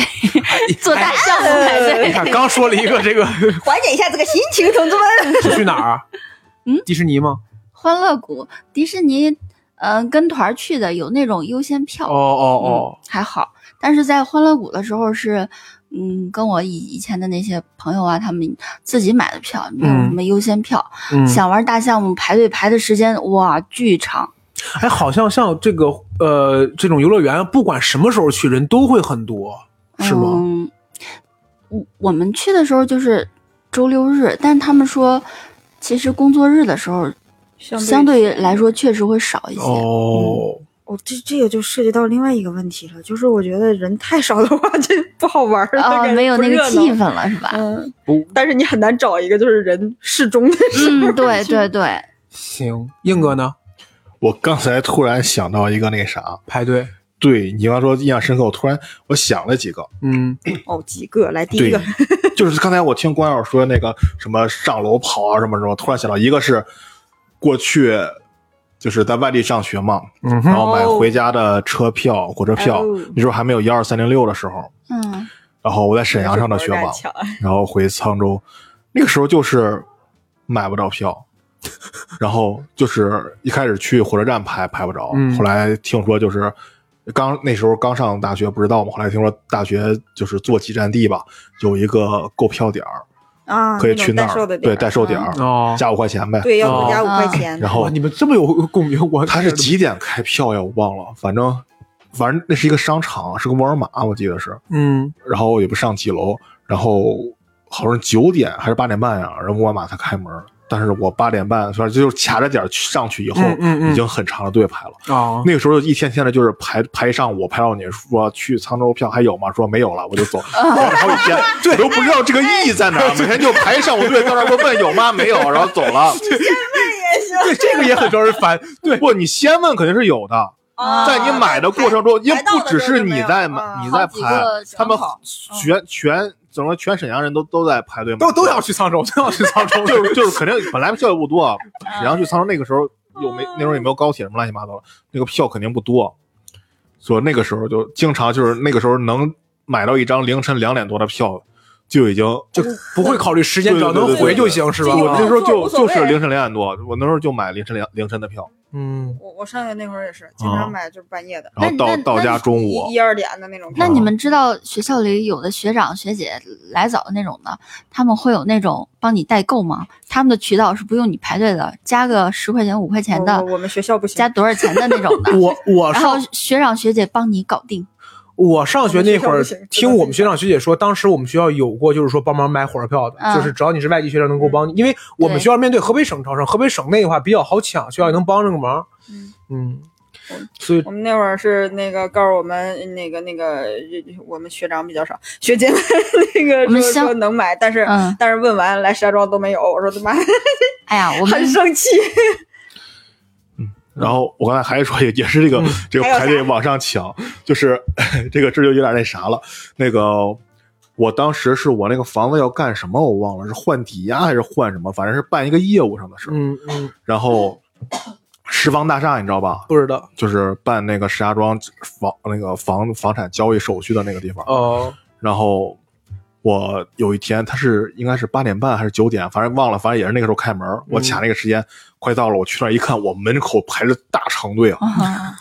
Speaker 4: 做大项目排
Speaker 1: 哎你
Speaker 4: 队，
Speaker 1: 看，刚说了一个这个
Speaker 3: 缓解一下这个心情，同志们。
Speaker 1: 是去哪儿啊？
Speaker 4: 嗯，
Speaker 1: 迪士尼吗？
Speaker 4: 欢乐谷、迪士尼，嗯、跟团儿去的有那种优先票，
Speaker 1: 哦哦
Speaker 4: 嗯，还好。但是在欢乐谷的时候是，嗯，跟我以以前的那些朋友啊，他们自己买的票，没有
Speaker 1: 嗯
Speaker 4: 什么优先票，
Speaker 1: 哦，嗯，
Speaker 4: 想玩大项目排队排的时间哇巨长，
Speaker 1: 哎，好像像这个呃，这种游乐园，不管什么时候去，人都会很多，是吗？
Speaker 4: 嗯，我我们去的时候就是周六日，但他们说，其实工作日的时候相对来，说确实会少一些。
Speaker 1: 哦，
Speaker 3: 哦，这这个就涉及到另外一个问题了，就是我觉得人太少的话， 这不好玩了，
Speaker 4: 啊、
Speaker 3: 感觉
Speaker 4: 没有
Speaker 3: 不
Speaker 4: 那个
Speaker 3: 热
Speaker 4: 气
Speaker 3: 闹。
Speaker 4: 氛了，是吧？
Speaker 3: 嗯
Speaker 1: 不，
Speaker 3: 但是你很难找一个就是人适中的时候
Speaker 4: 嗯，对对对，
Speaker 1: 行，硬哥呢？
Speaker 2: 我刚才突然想到一个那个啥，
Speaker 1: 排队，
Speaker 2: 对你刚说印象深刻，我突然我想了几个，
Speaker 1: 嗯，
Speaker 3: 哦，几个来第一
Speaker 2: 对
Speaker 3: 个，，
Speaker 2: 就是刚才我听关老师说那个什么上楼跑啊什么什么，突然想到一个是过去就是在外地上学嘛，
Speaker 1: 嗯哼
Speaker 2: 然后买回家的车票、火车票
Speaker 3: 哦，
Speaker 2: 那时候还没有幺二三零六的时候，
Speaker 4: 嗯，
Speaker 2: 然后我在沈阳 上的学嘛，
Speaker 3: 抢
Speaker 2: 然后回沧州，那个时候就是买不着票，然后就是一开始去火车站排排不着，
Speaker 1: 嗯
Speaker 2: 后来听说就是刚那时候刚上大学不知道嘛，后来听说大学就是坐几站地吧，有一个购票点儿，
Speaker 3: 啊，
Speaker 2: 可以
Speaker 3: 那种
Speaker 2: 去那
Speaker 3: 代售
Speaker 2: 儿，
Speaker 3: 的
Speaker 2: 对，
Speaker 3: 儿
Speaker 2: 代售点
Speaker 3: 啊
Speaker 2: 儿，
Speaker 1: 哦，
Speaker 2: 加五块钱呗。
Speaker 3: 对，要
Speaker 1: 哦
Speaker 3: 五加五块
Speaker 4: 啊
Speaker 3: 钱。
Speaker 2: 然后
Speaker 1: 哇，你们这么有共鸣，我
Speaker 2: 他是几点开票呀？我忘了，反正反正那是一个商场，是个沃尔玛，我记得是。
Speaker 1: 嗯，
Speaker 2: 然后也不上几楼，然后好像九点还是八点半呀、啊然后沃尔玛才开门。但是我八点半，反正就是卡着点儿去上去以后，
Speaker 1: 嗯嗯嗯
Speaker 2: 已经很长的队排了。
Speaker 1: 啊，
Speaker 2: 那个时候就一天天的，就是排排上午，排到你说去沧州票还有吗？说没有了，我 就走，
Speaker 1: 啊
Speaker 2: 排了好几天，我都不知道这个意义在哪儿。每天就排上午队，到那儿说问有吗？没有，然后走 了。
Speaker 1: 对这个也很招人烦，对，
Speaker 2: 不，你先问肯定是有的，
Speaker 4: 啊
Speaker 2: 在你买的过程中，因为不只是你在买，你在
Speaker 4: 好几
Speaker 2: 排
Speaker 4: 个，
Speaker 2: 他们
Speaker 4: 窗口
Speaker 2: 全全整个全沈阳人都都在排队买票，
Speaker 1: 都都 想去沧州，都想去沧州，
Speaker 2: 就是就是肯定本来票也不多，啊沈阳去沧州那个时候有没那时候也没有高铁什么乱七八糟的，那个票肯定不多，所以那个时候就经常就是那个时候能买到一张凌晨两点多的票，就已经
Speaker 1: 就不会考虑时间，只要能回就行，是吧？啊
Speaker 2: 我那时候
Speaker 3: 工作
Speaker 2: 就
Speaker 3: 无所
Speaker 2: 就
Speaker 3: 谓
Speaker 2: 是凌晨两点多，我那时候就买凌晨两凌晨的票，
Speaker 1: 嗯，
Speaker 3: 我我上学那会儿也是，经
Speaker 2: 啊
Speaker 3: 常买就是半夜的，
Speaker 2: 然后
Speaker 4: 那
Speaker 2: 到
Speaker 4: 那
Speaker 2: 到家中午
Speaker 3: 一一二点的那种票。
Speaker 4: 那你们知道学校里有的学长学姐来早的那种的，他们会有那种帮你代购吗？他们的渠道是不用你排队的，加个十块钱、五块钱
Speaker 3: 我
Speaker 4: 的
Speaker 3: 我，我们学校不行
Speaker 4: 加，多少钱的那种的，
Speaker 1: 我我
Speaker 4: 然后
Speaker 1: 上
Speaker 4: 学长学姐帮你搞定。
Speaker 1: 我上学那会
Speaker 3: 我
Speaker 1: 儿
Speaker 3: 们学校不行，
Speaker 1: 听我们学长学姐说，当时我们学校有过就是说帮忙买火车票的，
Speaker 4: 嗯
Speaker 1: 就是只要你是外地学生能够帮你，因为我们
Speaker 4: 对
Speaker 1: 学校面对河北省招生，河北省内的话比较好抢，学校也能帮这个忙
Speaker 3: 嗯，
Speaker 1: 嗯，所以
Speaker 3: 我们那会儿是那个告诉我们那个那个我们学长比较少，学姐们那个
Speaker 4: 我们
Speaker 3: 说
Speaker 4: 乡
Speaker 3: 说能买，但是、
Speaker 4: 嗯
Speaker 3: 但是问完来石家庄都没有，我说他妈
Speaker 4: 哎呀，我
Speaker 3: 很
Speaker 4: 们
Speaker 3: 生 气。
Speaker 2: 然后我刚才还说也也是这个、
Speaker 1: 嗯
Speaker 2: 这个
Speaker 3: 还有啥
Speaker 2: 排队往上抢，就是 这个这就有点那啥了。那个我当时是我那个房子要干什么我忘了，是换抵押还是换什么，反正是办一个业务上的事儿。
Speaker 1: 嗯嗯，
Speaker 2: 然后十方大厦你知道吧？
Speaker 1: 不知道
Speaker 2: 就是办那个石家庄房那个房房产交易手续的那个地方。
Speaker 1: 哦，
Speaker 2: 然后我有一天，他是应该是八点半还是九点，反正忘了，反正也是那个时候开门。
Speaker 1: 嗯
Speaker 2: 我卡那个时间，快到了，我去那儿一看，我门口排着大长队啊，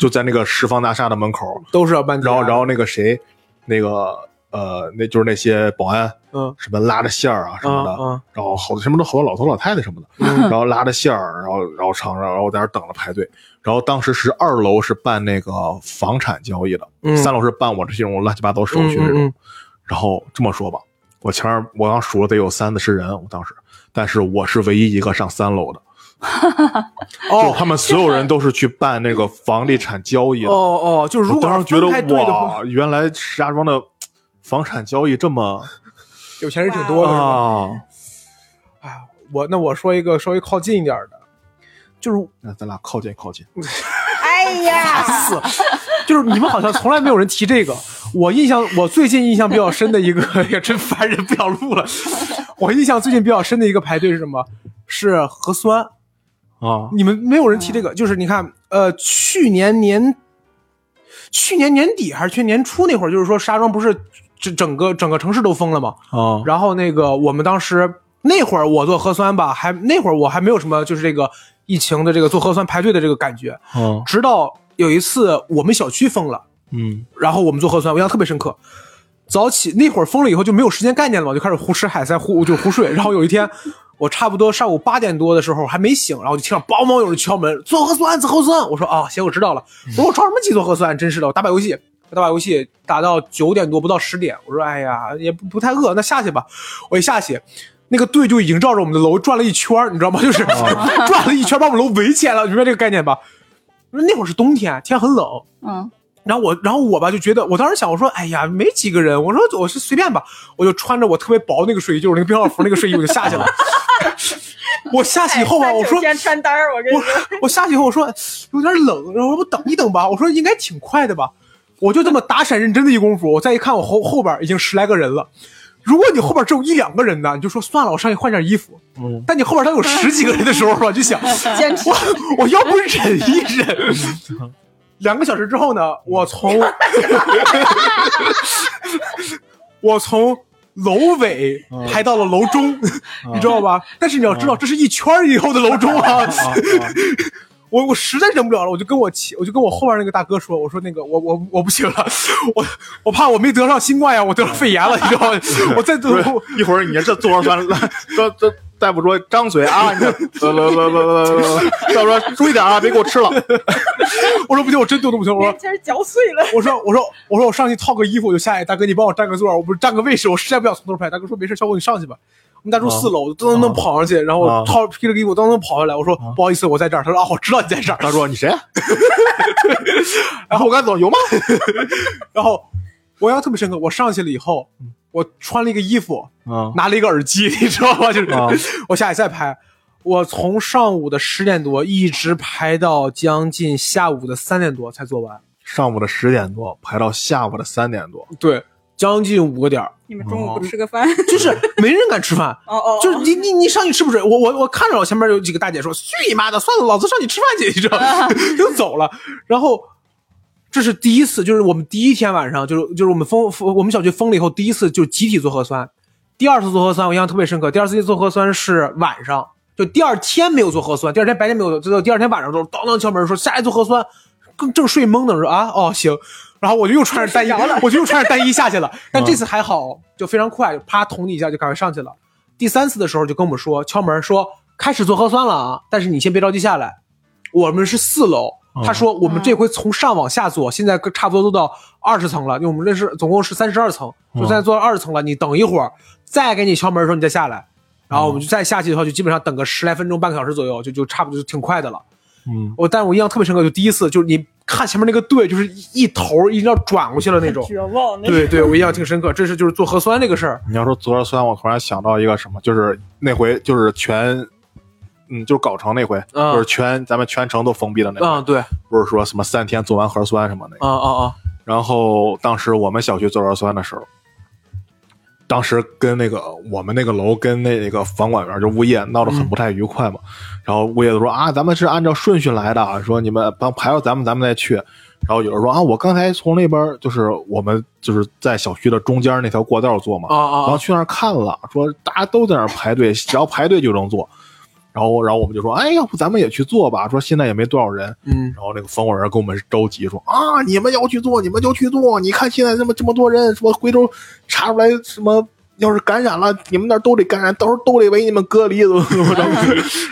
Speaker 2: 就在那个十方大厦的门口。
Speaker 1: 都是要办抵押，
Speaker 2: 然后，然后那个谁，那个呃，那就是那些保安，
Speaker 1: 嗯
Speaker 2: 什么拉着线儿啊什么的，
Speaker 1: 嗯嗯嗯
Speaker 2: 然后好什么都好多老头老太太什么的，然后拉着线儿，然后然后长着，然后在那儿等着排队。然后当时是二楼是办那个房产交易的，
Speaker 1: 嗯
Speaker 2: 三楼是办我这种乱七八糟手续这种。
Speaker 1: 嗯嗯
Speaker 2: 然后这么说吧，我前面我刚数了得有三四十人，我当时，但是我是唯一一个上 三楼的，
Speaker 1: 嗯，哦
Speaker 2: 就他们所有人都是去办那个房地产交易的。
Speaker 1: 哦哦，就是如
Speaker 2: 我
Speaker 1: 果
Speaker 2: 当
Speaker 1: 要
Speaker 2: 时觉得
Speaker 1: 分开对的话，
Speaker 2: 哇，原来石家庄的房产交易这么
Speaker 1: 有钱人挺多的是吧？
Speaker 2: 啊！
Speaker 1: 哎，我那我说一个稍微靠近一点的，就是
Speaker 2: 那咱俩靠近靠近，
Speaker 3: 哎 呀，
Speaker 1: 死， 就是你们好像从来没有人提这个。我印象，我最近印象比较深的一个， 也真烦人，不想录了。我印象最近比较深的一个排队是什么？是核酸。
Speaker 2: 啊，
Speaker 1: 你们没有人提这个，就是你看，呃，去年年，去年年底还是去年年初那会儿，就是说石家庄不是整整个整个城市都封了吗？
Speaker 2: 啊，
Speaker 1: 然后那个我们当时那会儿我做核酸吧，还那会儿我还没有什么就是这个疫情的这个做核酸排队的这个感觉，
Speaker 2: 嗯
Speaker 1: 直到有一次我们小区封了，
Speaker 2: 嗯
Speaker 1: 然后我们做核酸，我印象特别深刻。早起那会儿封了以后就没有时间概念了嘛，就开始胡吃海塞胡就胡睡。然后有一天，我差不多上午八点多的时候还没醒，然后就听到梆梆有人敲门，做核酸，做核酸。我说啊，行，我知道了。我说我着什么急做核酸？真是的，我打把游戏，我打把游戏打到九点多不到十点。我说哎呀，也不不太饿，那下去吧。我一下去。那个队就已经绕着我们的楼转了一圈儿，你知道吗？就是 转了一圈儿，把我们楼围起来了，你明白这个概念吧？那会儿是冬天，天很冷，
Speaker 4: 嗯，
Speaker 1: 然后我，然后我吧就觉得，我当时想，我说，哎呀，没几个人，我说我是随便吧，我就穿着我特别薄那个睡衣，就是那个冰号服那个睡衣，我就下去了。 我下去以后吧，我说，
Speaker 3: 哎天穿单儿，我跟你
Speaker 1: 我
Speaker 3: 说，
Speaker 1: 我下去以后我说有点冷，然后我说等一等吧，我说应该挺快的吧，我就这么打闪认真的一功夫，我再一看我后后边已经十来个人了。如果你后边只有一两个人呢，你就说算了，我上去换件衣服。
Speaker 2: 嗯，
Speaker 1: 但你后边当有十几个人的时候吧，就想，
Speaker 3: 坚持
Speaker 1: 我我要不忍一忍。两个小时之后呢，我从我从楼尾排到了楼 中，你知道吧？但是你要知道，这是一圈儿以后的楼中啊。，
Speaker 2: 啊啊
Speaker 1: 我我实在忍不了了，我就跟我骑，我就跟我后边那个大哥说，我说那个我我我不行了， 我我怕我没得上新冠呀，我得了肺炎了，你知道吗？我 再
Speaker 2: 不是
Speaker 1: 我
Speaker 2: 一会儿你这坐着酸，这这大夫 说张嘴啊，你这来来来来来来，大夫说注意点啊，别给我 吃了。
Speaker 1: 我说不行，我真动都不行，我说
Speaker 5: 连筋儿嚼碎了。
Speaker 1: 我说我说我说我上去套个衣服我就下去，大哥你帮我占个座儿，我不是占个位置，我实在不想从头拍。大哥说没事，小伙你上去吧。我们家住四
Speaker 2: 啊
Speaker 1: 楼，我噔噔噔跑上去，然后我套披了个衣服，我噔噔噔跑下来。我说不好意思，我在这儿。他说啊，我知道你在这儿。
Speaker 2: 大叔，你谁啊？然后我该走有吗？
Speaker 1: 然后我印象特别深刻，我上去了以后，
Speaker 2: 嗯
Speaker 1: 我穿了一个衣服，
Speaker 2: 啊
Speaker 1: 拿了一个耳机，你知道吗？就是、
Speaker 2: 啊
Speaker 1: 我下去再拍，我从上午的十点多一直拍到将近下午的三点多才做完，
Speaker 2: 上午的十点多排到下午的三点多，
Speaker 1: 对，将近五个点儿，
Speaker 3: 你们中
Speaker 2: 哦
Speaker 3: 午不吃个饭？
Speaker 1: 就是没人敢吃饭。
Speaker 3: 哦哦，
Speaker 1: 就是你你你上去吃不准，我我我看着我前面有几个大姐说去你妈的，算了，老子上去吃饭去，你知道吗，就走了。然后这是第一次，就是我们第一天晚上，就是就是我们封封我们小区封了以后，第一次就集体做核酸。第二次做核酸，我印象特别深刻。第二次做核酸是晚上，就第二天没有做核酸，第二天白天没有做，就到第二天晚上都是当当敲门说下来做核酸，更正睡懵呢，我说啊哦行，然后我就又穿着单衣，我就又穿着单衣下去了。但这次还好，就非常快，啪捅你一下就赶快上去了。第三次的时候就跟我们说敲门说开始做核酸了啊，但是你先别着急下来，我们是四楼。他说我们这回从上往下做，现在差不多都到二十层了，因为我们这是总共是三十二层，就现在做到二十层了。你等一会儿再给你敲门的时候你再下来，然后我们就再下去的话就基本上等个十来分钟半个小时左右，就就差不多就挺快的了。
Speaker 2: 嗯，
Speaker 1: 我但是我印象特别深刻，就第一次就是你看前面那个队就是一一头一定要转过去了那种。
Speaker 5: 绝望，那
Speaker 1: 对对，我印象挺深刻，这是就是做核酸这个事儿。
Speaker 2: 你要说昨儿酸，我突然想到一个什么，就是那回就是全，嗯，就是搞成那回，
Speaker 1: 嗯
Speaker 2: 就是全咱们全城都封闭的那回，
Speaker 1: 嗯，对，
Speaker 2: 不是说什么三天做完核酸什么那个。
Speaker 1: 啊啊啊，
Speaker 2: 然后当时我们小区做核酸的时候，当时跟那个我们那个楼跟那个房管员就物业闹得很不太愉快嘛。然后物业就说啊，咱们是按照顺序来的，啊，说你们帮排到咱们，咱们再去。然后有人说啊，我刚才从那边就是我们就是在小区的中间那条过道做嘛，
Speaker 1: 啊啊啊
Speaker 2: 然后去那儿看了，说大家都在那儿排队，只要排队就能做。然后，然后我们就说，哎，要不咱们也去做吧？说现在也没多少人，
Speaker 1: 嗯，
Speaker 2: 然后那个房管员跟我们着急说啊，你们要去做，你们就去做。你看现在这么这么多人，什么回头查出来什么，要是感染了，你们那儿都得感染，到时候都得为你们隔离，怎 么怎么着。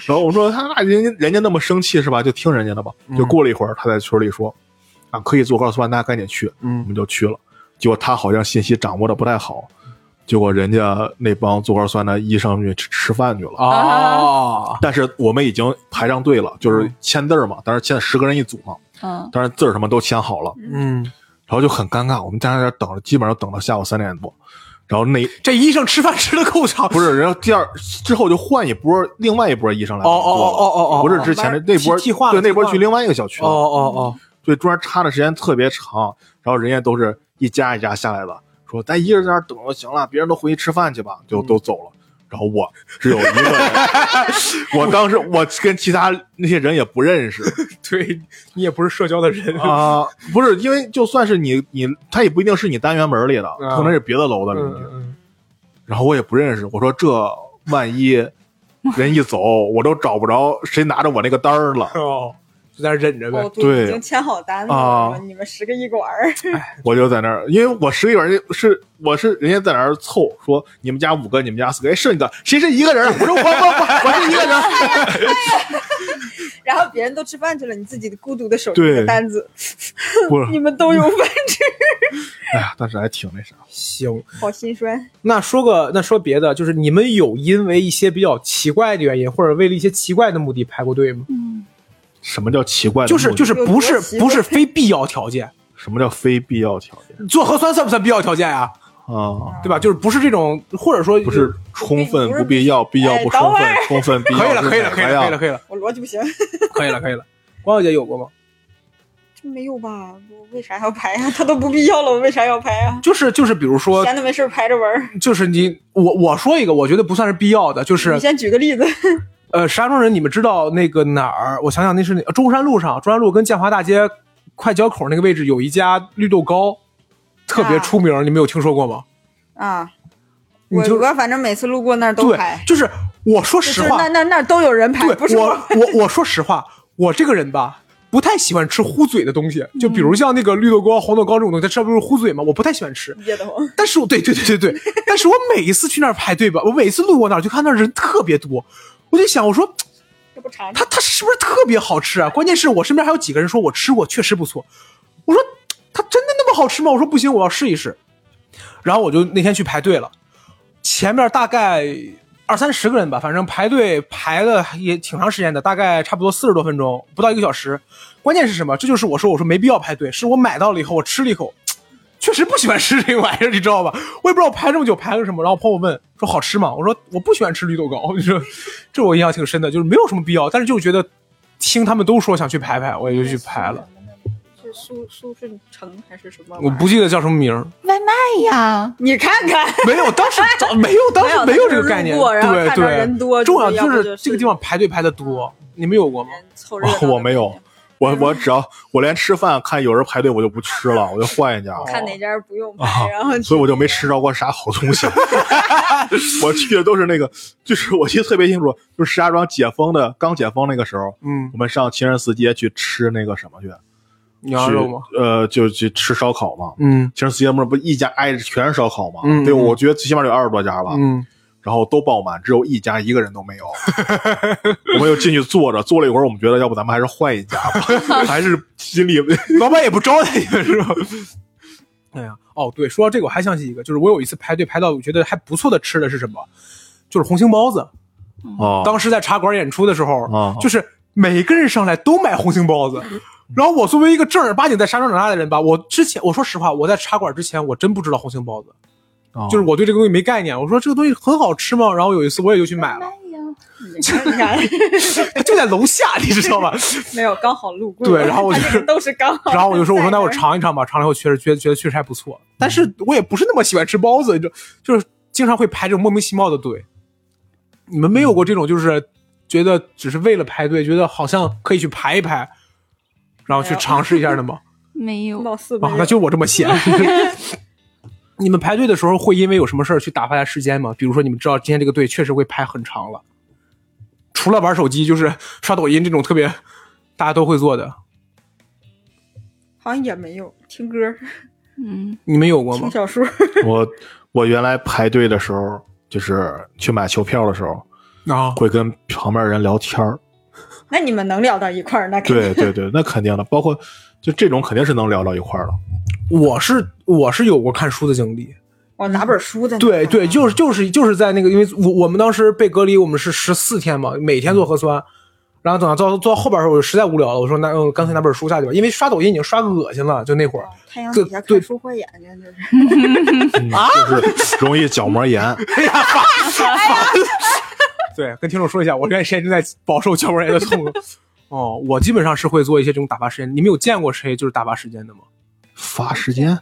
Speaker 2: 然后我说他那人家人家那么生气是吧？就听人家的吧。就过了一会儿，他在群里说啊，可以做核酸，大家赶紧去。我
Speaker 1: 嗯
Speaker 2: 们就去了。结果他好像信息掌握的不太好，结果人家那帮做核酸的医生去吃吃饭去了。
Speaker 1: 啊哦，
Speaker 2: 但是我们已经排上队了，就是签字儿嘛，但是现在十个人一组嘛，
Speaker 4: 嗯，
Speaker 2: 当然字儿什么都签好了，
Speaker 1: 嗯，
Speaker 2: 然后就很尴尬，我们在那儿等了，基本上等到下午三点多，然后那
Speaker 1: 这医生吃饭吃的够长，
Speaker 2: 不是，然后第二之后就换一波，另外一波医生来
Speaker 1: 哦哦
Speaker 2: 做了
Speaker 1: 哦哦哦哦
Speaker 2: 不是之前的那波
Speaker 1: 替替换了
Speaker 2: 对那波
Speaker 1: 替换了
Speaker 2: 去另外一个小区
Speaker 1: 哦
Speaker 2: 了，
Speaker 1: 哦
Speaker 2: 对，中间插的时间特别长，然后人家都是一家一家下来的，说咱一个人在那儿等就行了，别人都回去吃饭去吧，就
Speaker 1: 嗯
Speaker 2: 都走了。然后我只有一个人， 我当时我跟其他那些人也不认识
Speaker 1: 哦，对你也不是社交的人
Speaker 2: 啊、不是因为就算是你你他也不一定是你单元门里的，
Speaker 1: 啊
Speaker 2: 可能是别的楼的邻居。
Speaker 1: 嗯
Speaker 2: 然后我也不认识，我说这万一人一走，我都找不着谁拿着我那个单儿了。
Speaker 1: 嗯，哦，就在那忍着呗
Speaker 5: 哦，，
Speaker 2: 对
Speaker 5: 已经签好单子
Speaker 2: 啊
Speaker 5: 了，你们十个一管儿，
Speaker 2: 我就在那儿，因为我十个人是我是人家在那儿凑说你们家五个，你们家四个，哎剩一个谁是一个人？我说我我我我是一个人。
Speaker 5: 然后别人都吃饭去了，你自己孤独的守
Speaker 2: 对
Speaker 5: 一个单 子，
Speaker 2: 不是
Speaker 5: 你们都有饭 吃，
Speaker 2: 哎呀，但是还挺那啥，
Speaker 1: 行。
Speaker 5: 好心酸。
Speaker 1: 那说个那说别的，就是你们有因为一些比较奇怪的原因，或者为了一些奇怪的目的排过队吗？
Speaker 2: 什么叫奇怪的
Speaker 1: 就
Speaker 2: 目的？
Speaker 1: 是就是
Speaker 5: 有
Speaker 1: 不是
Speaker 5: 多奇怪
Speaker 1: 不是非必要条件，
Speaker 2: 什么叫非必要条件
Speaker 1: 做核酸算不算必要条件呀、
Speaker 2: 啊？
Speaker 1: 对吧？就是不是这种，或者说
Speaker 2: 不是充分
Speaker 5: 不是
Speaker 2: 不必要，必要不充分
Speaker 5: 哎，
Speaker 2: 充分必要
Speaker 1: 可以了，
Speaker 2: 是
Speaker 1: 可以了，
Speaker 2: 哪
Speaker 1: 可以
Speaker 2: 个
Speaker 1: 了，
Speaker 2: 呀
Speaker 1: 可以了，可以了，
Speaker 5: 我逻辑不行，
Speaker 1: 可以了，可以了。光小姐有过吗？
Speaker 5: 这没有吧？我为啥要拍呀、他都不必要了，我为啥要拍呀、
Speaker 1: 就是就是，比如说，
Speaker 5: 闲的没事儿拍着玩儿。
Speaker 1: 就是你我我说一个，我觉得不算是必要的，就是
Speaker 5: 你先举个例子，
Speaker 1: 呃，石家庄人，你们知道那个哪儿？我想想，那是哪？中山路上，中山路跟建华大街快交口那个位置有一家绿豆糕，特别
Speaker 5: 啊
Speaker 1: 出名，你们有听说过吗？
Speaker 5: 啊，
Speaker 1: 你
Speaker 5: 我
Speaker 1: 就
Speaker 5: 我反正每次路过那儿都
Speaker 1: 对
Speaker 5: 拍，，
Speaker 1: 就是我说
Speaker 5: 就
Speaker 1: 实
Speaker 5: 是
Speaker 1: 话
Speaker 5: 那，那那儿都有人拍，不
Speaker 1: 对
Speaker 5: 是
Speaker 1: 我我我说实话，我这个人吧，不太喜欢吃糊嘴的东西，就比
Speaker 5: 嗯
Speaker 1: 如像那个绿豆糕、黄豆糕这种东西，它这不是糊嘴吗？我不太喜欢吃。
Speaker 5: 噎得慌。
Speaker 1: 但是我对对 对对对，但是我每一次去那儿排队吧，我每次路过那儿就看那儿人特别多，我就想我说
Speaker 5: 这不尝尝
Speaker 1: 它它是不是特别好吃啊？关键是我身边还有几个人说我吃过，确实不错。我说它真的那么好吃吗？我说不行，我要试一试。然后我就那天去排队了，前面大概二三十个人吧，反正排队排了也挺长时间的，大概差不多四十多分钟，不到一个小时。关键是什么？这就是我说我说没必要排队，是我买到了以后我吃了一口，确实不喜欢吃这个玩意儿，你知道吧？我也不知道我排这么久排了什么。然后朋友问说好吃吗？我说我不喜欢吃绿豆糕，你说这我印象挺深的，就是没有什么必要，但是就觉得听他们都说想去排排，我也就去排了。。
Speaker 5: 是苏苏顺成还是什么玩意
Speaker 1: 我
Speaker 5: 儿？
Speaker 1: 不记得叫什么名儿，
Speaker 4: 外卖呀，
Speaker 5: 你看 看，
Speaker 1: 没有，当时早没有，当时没有这个概念，
Speaker 5: 没有当时路过然
Speaker 1: 对
Speaker 5: 后看着
Speaker 1: 对，
Speaker 5: 人多
Speaker 1: 重要
Speaker 5: 就要不
Speaker 1: 是
Speaker 5: 就是
Speaker 1: 这个地方排队排的多，你们有过吗？
Speaker 5: 凑热闹
Speaker 1: 哦
Speaker 5: 的
Speaker 2: 哦我没有我我只要我连吃饭看有人排队我就不吃了，我就换一家，
Speaker 5: 看哪家不用
Speaker 2: 啊
Speaker 1: 哦
Speaker 5: 拍，然后
Speaker 2: 所以我就没吃着过啥好东 西。 我去的都是那个，就是我记得特别清楚，就是石家庄解封的刚解封那个时候，
Speaker 1: 嗯
Speaker 2: 我，们上秦人寺街去吃那个什么去，
Speaker 1: 羊肉吗？
Speaker 2: 去呃，就去吃烧烤嘛。
Speaker 1: 嗯
Speaker 2: 秦人寺街不是不一家挨着全是烧烤嘛？
Speaker 1: 嗯
Speaker 2: 对，
Speaker 1: 嗯
Speaker 2: 我觉得最起码有二十多家吧。
Speaker 1: 嗯，
Speaker 2: 然后都爆满，只有一家一个人都没 有。我们又进去坐着，坐了一会儿，我们觉得要不咱们还是换一家 吧，还是心里
Speaker 1: 老板也不招待你们是吧？ 哎呀，哦对，说到这个我还想起一个，就是我有一次排队排到我觉得还不错的吃的是什么？就是红星包子。
Speaker 2: 哦
Speaker 1: 当时在茶馆演出的时候，
Speaker 2: 哦嗯
Speaker 1: 就是每个人上来都买红星包子。 然后我作为一个正儿八经在沙庄长大的人吧，我之前我说实话，我在茶馆之前我真不知道红星包子，
Speaker 2: 哦
Speaker 1: 就是我对这个东西没概念。我说这个东西很好吃吗？然后有一次我也就去买
Speaker 4: 外卖
Speaker 1: 了，
Speaker 4: 呀，
Speaker 5: 你看你看，
Speaker 1: 就在楼下，你知道吧？
Speaker 5: 没有刚好路过。
Speaker 1: 对然后我就
Speaker 5: 他这个都是刚好。
Speaker 1: 然后我就说，我说那我
Speaker 5: 在
Speaker 1: 尝一尝吧，尝了以后确实觉得觉得确实还不错，但是我也不是那么喜欢吃包子，就就是经常会排这种莫名其妙的队。你们没有过这种就是觉得只是为了排队，觉得好像可以去排一排，然后去尝试一下的吗？
Speaker 4: 没
Speaker 5: 那儿
Speaker 4: 有，
Speaker 5: 貌似没
Speaker 1: 啊
Speaker 5: 有，
Speaker 1: 那就我这么闲。 你们排队的时候会因为有什么事儿去打发一下时间吗？比如说你们知道今天这个队确实会排很长了，除了玩手机就是刷抖音这种特别大家都会做的，
Speaker 5: 好像也没有听歌、
Speaker 4: 嗯，
Speaker 1: 你们有过吗
Speaker 5: 听？小说。
Speaker 2: 我我原来排队的时候，就是去买球票的时候，
Speaker 1: 啊，
Speaker 2: 会跟旁边人聊天 儿。
Speaker 5: 那你们能聊到一块儿，那肯定
Speaker 2: 对对对，那肯定的，包括就这种肯定是能聊到一块儿了。
Speaker 1: 我是我是有过看书的经历，
Speaker 5: 哦，拿本书在那
Speaker 1: 对
Speaker 5: 儿嗯
Speaker 1: 对，就是就是就是在那个，因为我我们当时被隔离，我们是十四天嘛，每天做核酸，然后等到做做到后边的时候，我实在无聊了，我说那嗯，干脆拿本书下去吧，因为刷抖音已经刷恶心了，就那会儿，
Speaker 5: 太阳底下
Speaker 1: 对对
Speaker 5: 看书坏眼睛，就是
Speaker 2: 嗯就是容易角膜炎。
Speaker 1: 对，跟听众说一下，我这段时间正在饱受角膜炎的痛苦。哦，我基本上是会做一些这种打发时间。你们有见过谁就是打发时间的吗？
Speaker 2: 发时 间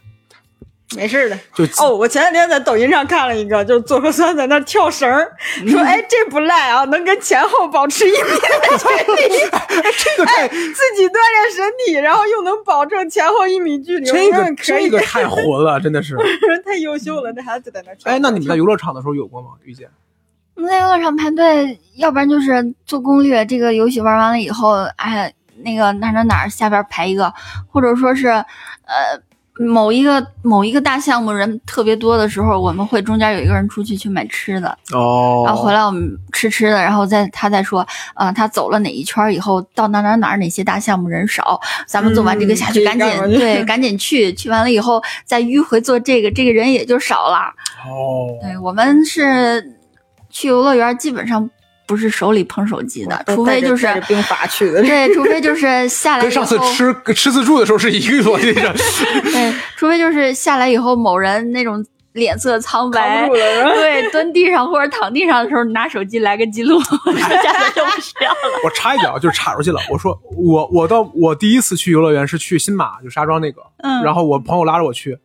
Speaker 5: 没事的。
Speaker 1: 就
Speaker 5: 哦，我前两天在抖音上看了一个，就是做核酸在那儿跳绳儿，
Speaker 1: 嗯
Speaker 5: 说哎这不赖啊，能跟前后保持一米的距离，
Speaker 1: 这个太
Speaker 5: 自己锻炼身体，然后又能保证前后一米距离，
Speaker 1: 这
Speaker 5: 我说
Speaker 1: 个
Speaker 5: 嗯可
Speaker 1: 这
Speaker 5: 以
Speaker 1: 个，太混了，真的是。
Speaker 5: 太优秀了，这孩子就在那儿跳。
Speaker 1: 哎，那你们在游乐场的时候有过吗？遇见？
Speaker 4: 我们在游乐场排队，要不然就是做攻略，这个游戏玩完了以后，哎，那个哪儿哪儿哪儿下边排一个，或者说是，呃，某一个某一个大项目人特别多的时候，我们会中间有一个人出去去买吃的，
Speaker 2: 哦
Speaker 4: 然后啊回来我们吃吃的，然后再他再说，呃，他走了哪一圈儿以后，到哪哪哪儿哪些大项目人少，咱们做完这个
Speaker 5: 嗯
Speaker 4: 下
Speaker 5: 可
Speaker 4: 去，
Speaker 5: 以
Speaker 4: 赶紧
Speaker 5: 干了
Speaker 4: 对，赶紧去，去完了以后再迂回做这个，这个人也就少了。
Speaker 1: 哦，
Speaker 4: 对我们是去游乐园，基本上不是手里捧手机的，
Speaker 5: 都
Speaker 4: 除
Speaker 5: 带
Speaker 4: 非
Speaker 5: 着
Speaker 4: 就是
Speaker 5: 带着兵法去的，
Speaker 4: 对，除非就是下来
Speaker 1: 跟
Speaker 4: 以
Speaker 1: 上，
Speaker 4: 后
Speaker 1: 次吃吃自助的时候是一个逻辑上。
Speaker 4: 对，除非就是下来以后某人那种脸色苍
Speaker 5: 扛
Speaker 4: 白
Speaker 5: 不住。了。然后
Speaker 4: 对，蹲地上或者躺地上的时候，拿手机来 个记录，下来就不是
Speaker 5: 哎
Speaker 4: 这样了。
Speaker 1: 我插一脚就是插出去了。我说我我到我第一次去游乐园是去新马，就石家庄那个，
Speaker 4: 嗯
Speaker 1: 然后我朋友拉着我去，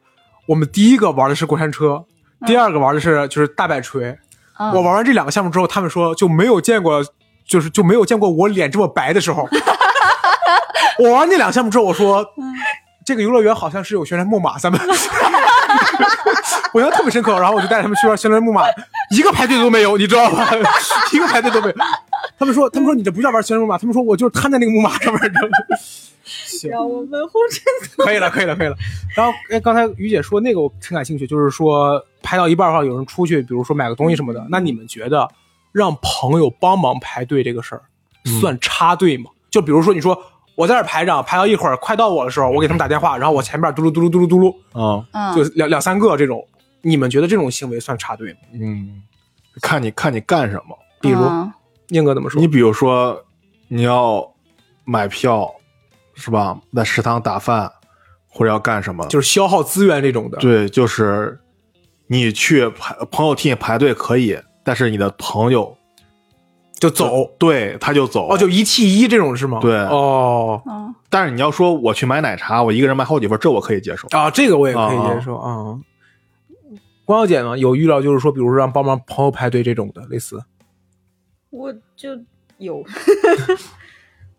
Speaker 1: 我们第一个玩的是过山车，第二个玩的是就是大摆锤。
Speaker 4: 嗯
Speaker 1: 我玩完这两个项目之后，他们说就没有见过，就是就没有见过我脸这么白的时候。我玩那两个项目之后，我说这个游乐园好像是有旋转木马，咱们。我印象特别深 刻，然后我就带着他们去玩旋转木马，一个排队都没有，你知道吧？一个排队都没有。他们说，他们说你这不叫玩旋转木马，他们说我就是瘫在那个木马上面扔。行，
Speaker 5: 让我们红尘
Speaker 1: 可以了，可以了，可以了。然后，哎，刚才于姐说那个我挺感兴趣，就是说拍到一半的话，有人出去，比如说买个东西什
Speaker 2: 嗯
Speaker 1: 么的，那你们觉得让朋友帮忙排队这个事儿
Speaker 2: 嗯
Speaker 1: 算插队吗？就比如说你说我在这儿排着，排到一会儿快到我的时候，我给他们打电话，然后我前面嘟噜嘟噜嘟噜嘟噜，
Speaker 2: 啊，
Speaker 1: 就
Speaker 4: 嗯，
Speaker 1: 两两三个这种，你们觉得这种行为算插队吗？
Speaker 2: 嗯，看你看你干什么。
Speaker 1: 比如
Speaker 4: 嗯
Speaker 1: 宁哥怎么说？
Speaker 2: 你比如说，你要买票是吧？在食堂打饭或者要干什么？
Speaker 1: 就是消耗资源这种的，
Speaker 2: 对，就是你去排朋友替你排队可以，但是你的朋友
Speaker 1: 就走
Speaker 2: 对他就走
Speaker 1: 哦，就一弃一这种是吗？
Speaker 2: 对
Speaker 1: 哦
Speaker 4: 嗯
Speaker 2: 但是你要说我去买奶茶，我一个人买好几份，这我可以接受。
Speaker 1: 啊，这个我也可以接受啊。光耀姐呢，有遇到就是说，比如说让帮忙朋友排队这种的，类似，
Speaker 5: 我就有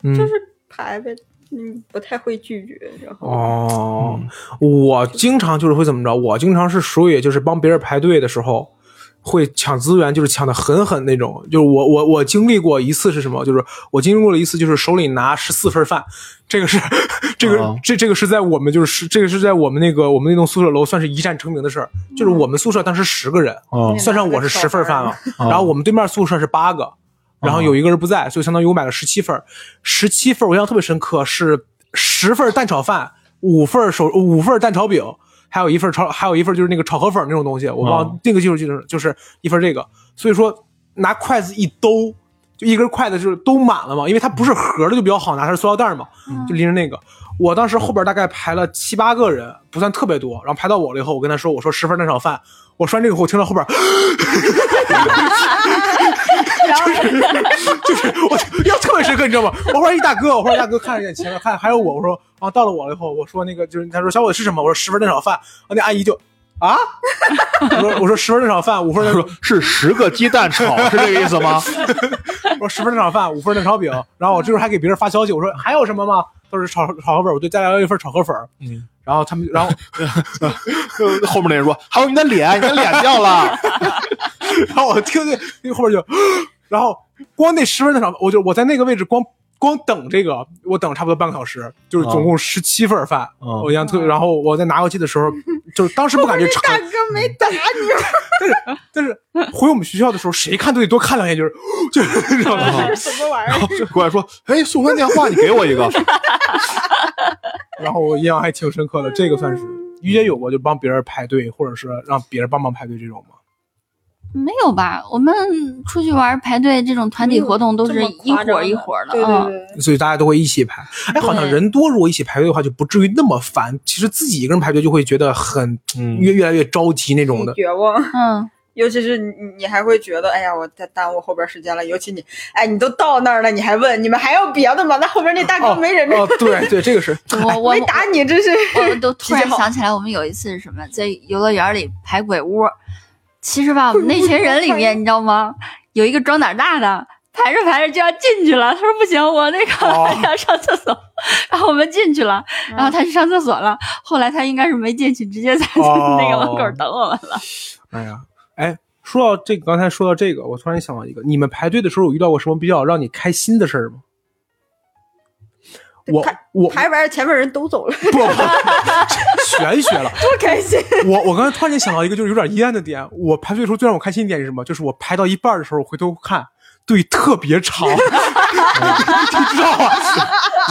Speaker 1: 嗯，
Speaker 5: 就是排呗，嗯，不太会拒绝，然后
Speaker 1: 哦，我经常就是会怎么着？我经常是属于就是帮别人排队的时候，会抢资源，就是抢的狠狠那种。就是我我我经历过一次是什么？就是我经历过了一次，就是手里拿十四份饭，这个是 这个、
Speaker 2: 哦
Speaker 1: 这这个是在我们就是是这个是在我们那个我们那栋宿舍楼算是一战成名的事儿。就是我们宿舍当时十个人，
Speaker 2: 哦
Speaker 1: 算上我是十份饭了，
Speaker 2: 哦
Speaker 1: 然后我们对面宿舍是八个，然后有一个人不在，所以相当于我买了十七份儿，十七份儿我印象特别深刻，是十份儿蛋炒饭，五份儿手五份儿蛋炒饼，还有一份儿炒，还有一份儿就是那个炒河粉儿那种东西，我忘了
Speaker 2: 哦
Speaker 1: 那个就是就是就是一份儿这个，所以说拿筷子一兜。就一根筷子就是兜满了嘛，因为它不是盒的就比较好拿，它是塑料袋儿嘛，就拎着那个。我当时后边大概排了七八个人，不算特别多，然后排到我了以后，我跟他说，我说十份蛋炒饭，我说完这个以后，我听到后边 就是我就要特别深刻，你知道吗？我后来一大哥，我后来一大哥看了一眼前面，看还有我，我说啊，到了我了以后，我说那个就是他说小伙子吃什么？我说十份蛋炒饭，啊，那阿姨就啊， 我说我说十份蛋炒饭，五份
Speaker 2: 他
Speaker 1: 蛋
Speaker 2: 说是十个鸡蛋炒，是这个意思吗？
Speaker 1: 我说十份蛋炒饭，五份蛋炒饼，然后我这时候还给别人发消息，我说还有什么吗？都是炒炒河粉，我就再来一份炒河粉。
Speaker 2: 嗯，
Speaker 1: 然后他们，然后
Speaker 2: 后面那人说还有你的脸，你的脸掉了。
Speaker 1: 然后我听见那后边就，然后光那十分钟场，我就我在那个位置光光等这个，我等差不多半个小时，就是总共十七份饭，
Speaker 2: 嗯
Speaker 1: 我印象特别。然后我在拿过去的时候，就是当时不感觉长，
Speaker 5: 大哥没打你，
Speaker 1: 但是回我们学校的时候，谁看都得多看两眼，就是 就是知道吗？
Speaker 5: 这是什么玩意儿？
Speaker 2: 过来说，哎，素芬电话，你给我一个。
Speaker 1: 然后我印象还挺深刻的，这个算是于姐有过就帮别人排队，或者是让别人帮忙排队这种吗？
Speaker 4: 没有吧？我们出去玩排队这种团体活动都
Speaker 5: 这
Speaker 4: 是
Speaker 5: 么
Speaker 4: 一
Speaker 5: 夸张
Speaker 4: 伙
Speaker 5: 的
Speaker 4: 一伙的，
Speaker 5: 对
Speaker 4: 嗯
Speaker 5: 对对，
Speaker 1: 所以大家都会一起排。哎，好像
Speaker 4: 对
Speaker 1: 人多，如果一起排队的话，就不至于那么烦。其实自己一个人排队就会觉得很
Speaker 2: 嗯
Speaker 1: 越越来越着急那种的。
Speaker 5: 绝望，
Speaker 4: 嗯，
Speaker 5: 尤其是你你还会觉得，哎呀，我耽耽误后边时间了。尤其你，哎，你都到那儿了，你还问你们还有别的吗？那后边那 大哥
Speaker 1: 哦
Speaker 5: 没忍住，
Speaker 1: 哦，对对，这个是
Speaker 4: 嗯我我
Speaker 5: 没打你，这是
Speaker 4: 我 都突
Speaker 5: 脾
Speaker 4: 然
Speaker 5: 气好
Speaker 4: 想起来，我们有一次是什么，在游乐园里排鬼屋。其实吧，我们那群 人里面，你知道吗？有一个装胆大的，排着排着就要进去了。他说不行，我那个、
Speaker 1: 哦 嗯
Speaker 4: 要上厕所。然后我们进去了，然后他去上厕所了。后来他应该是没进去，直接在
Speaker 1: 哦
Speaker 4: 那个门口等我们了。
Speaker 1: 哎呀，哎，说到这个，刚才说到这个，我突然想到一个，你们排队的时候有遇到过什么比较让你开心的事儿吗？我
Speaker 5: 排
Speaker 1: 我
Speaker 5: 排完前面人都走了，
Speaker 1: 不不玄学了，
Speaker 5: 多开心！
Speaker 1: 我我刚才突然间想到一个就是有点阴暗的点，我排队的时候最让我开心一点是什么？就是我排到一半儿的时候我回头看队特 别长，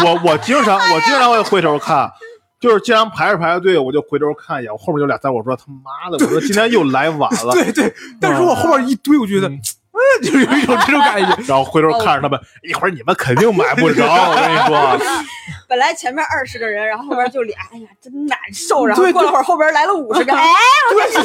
Speaker 2: 我我经常我经常会回头看，就是既然排着排着队，我就回头看一眼。我后面有俩三，我说他妈的，我说今天又来晚了。
Speaker 1: 对对，但是我后面一堆，我觉得，嗯，就是有一种这种感觉。
Speaker 2: 然后回头看着他们，一会儿你们肯定买不着。我跟你说，啊
Speaker 5: 本来前面二十个人，然后后边就俩，哎呀，真难受。然后
Speaker 1: 对
Speaker 5: 过了会儿，后边来了五十 个，哎，
Speaker 1: 对，就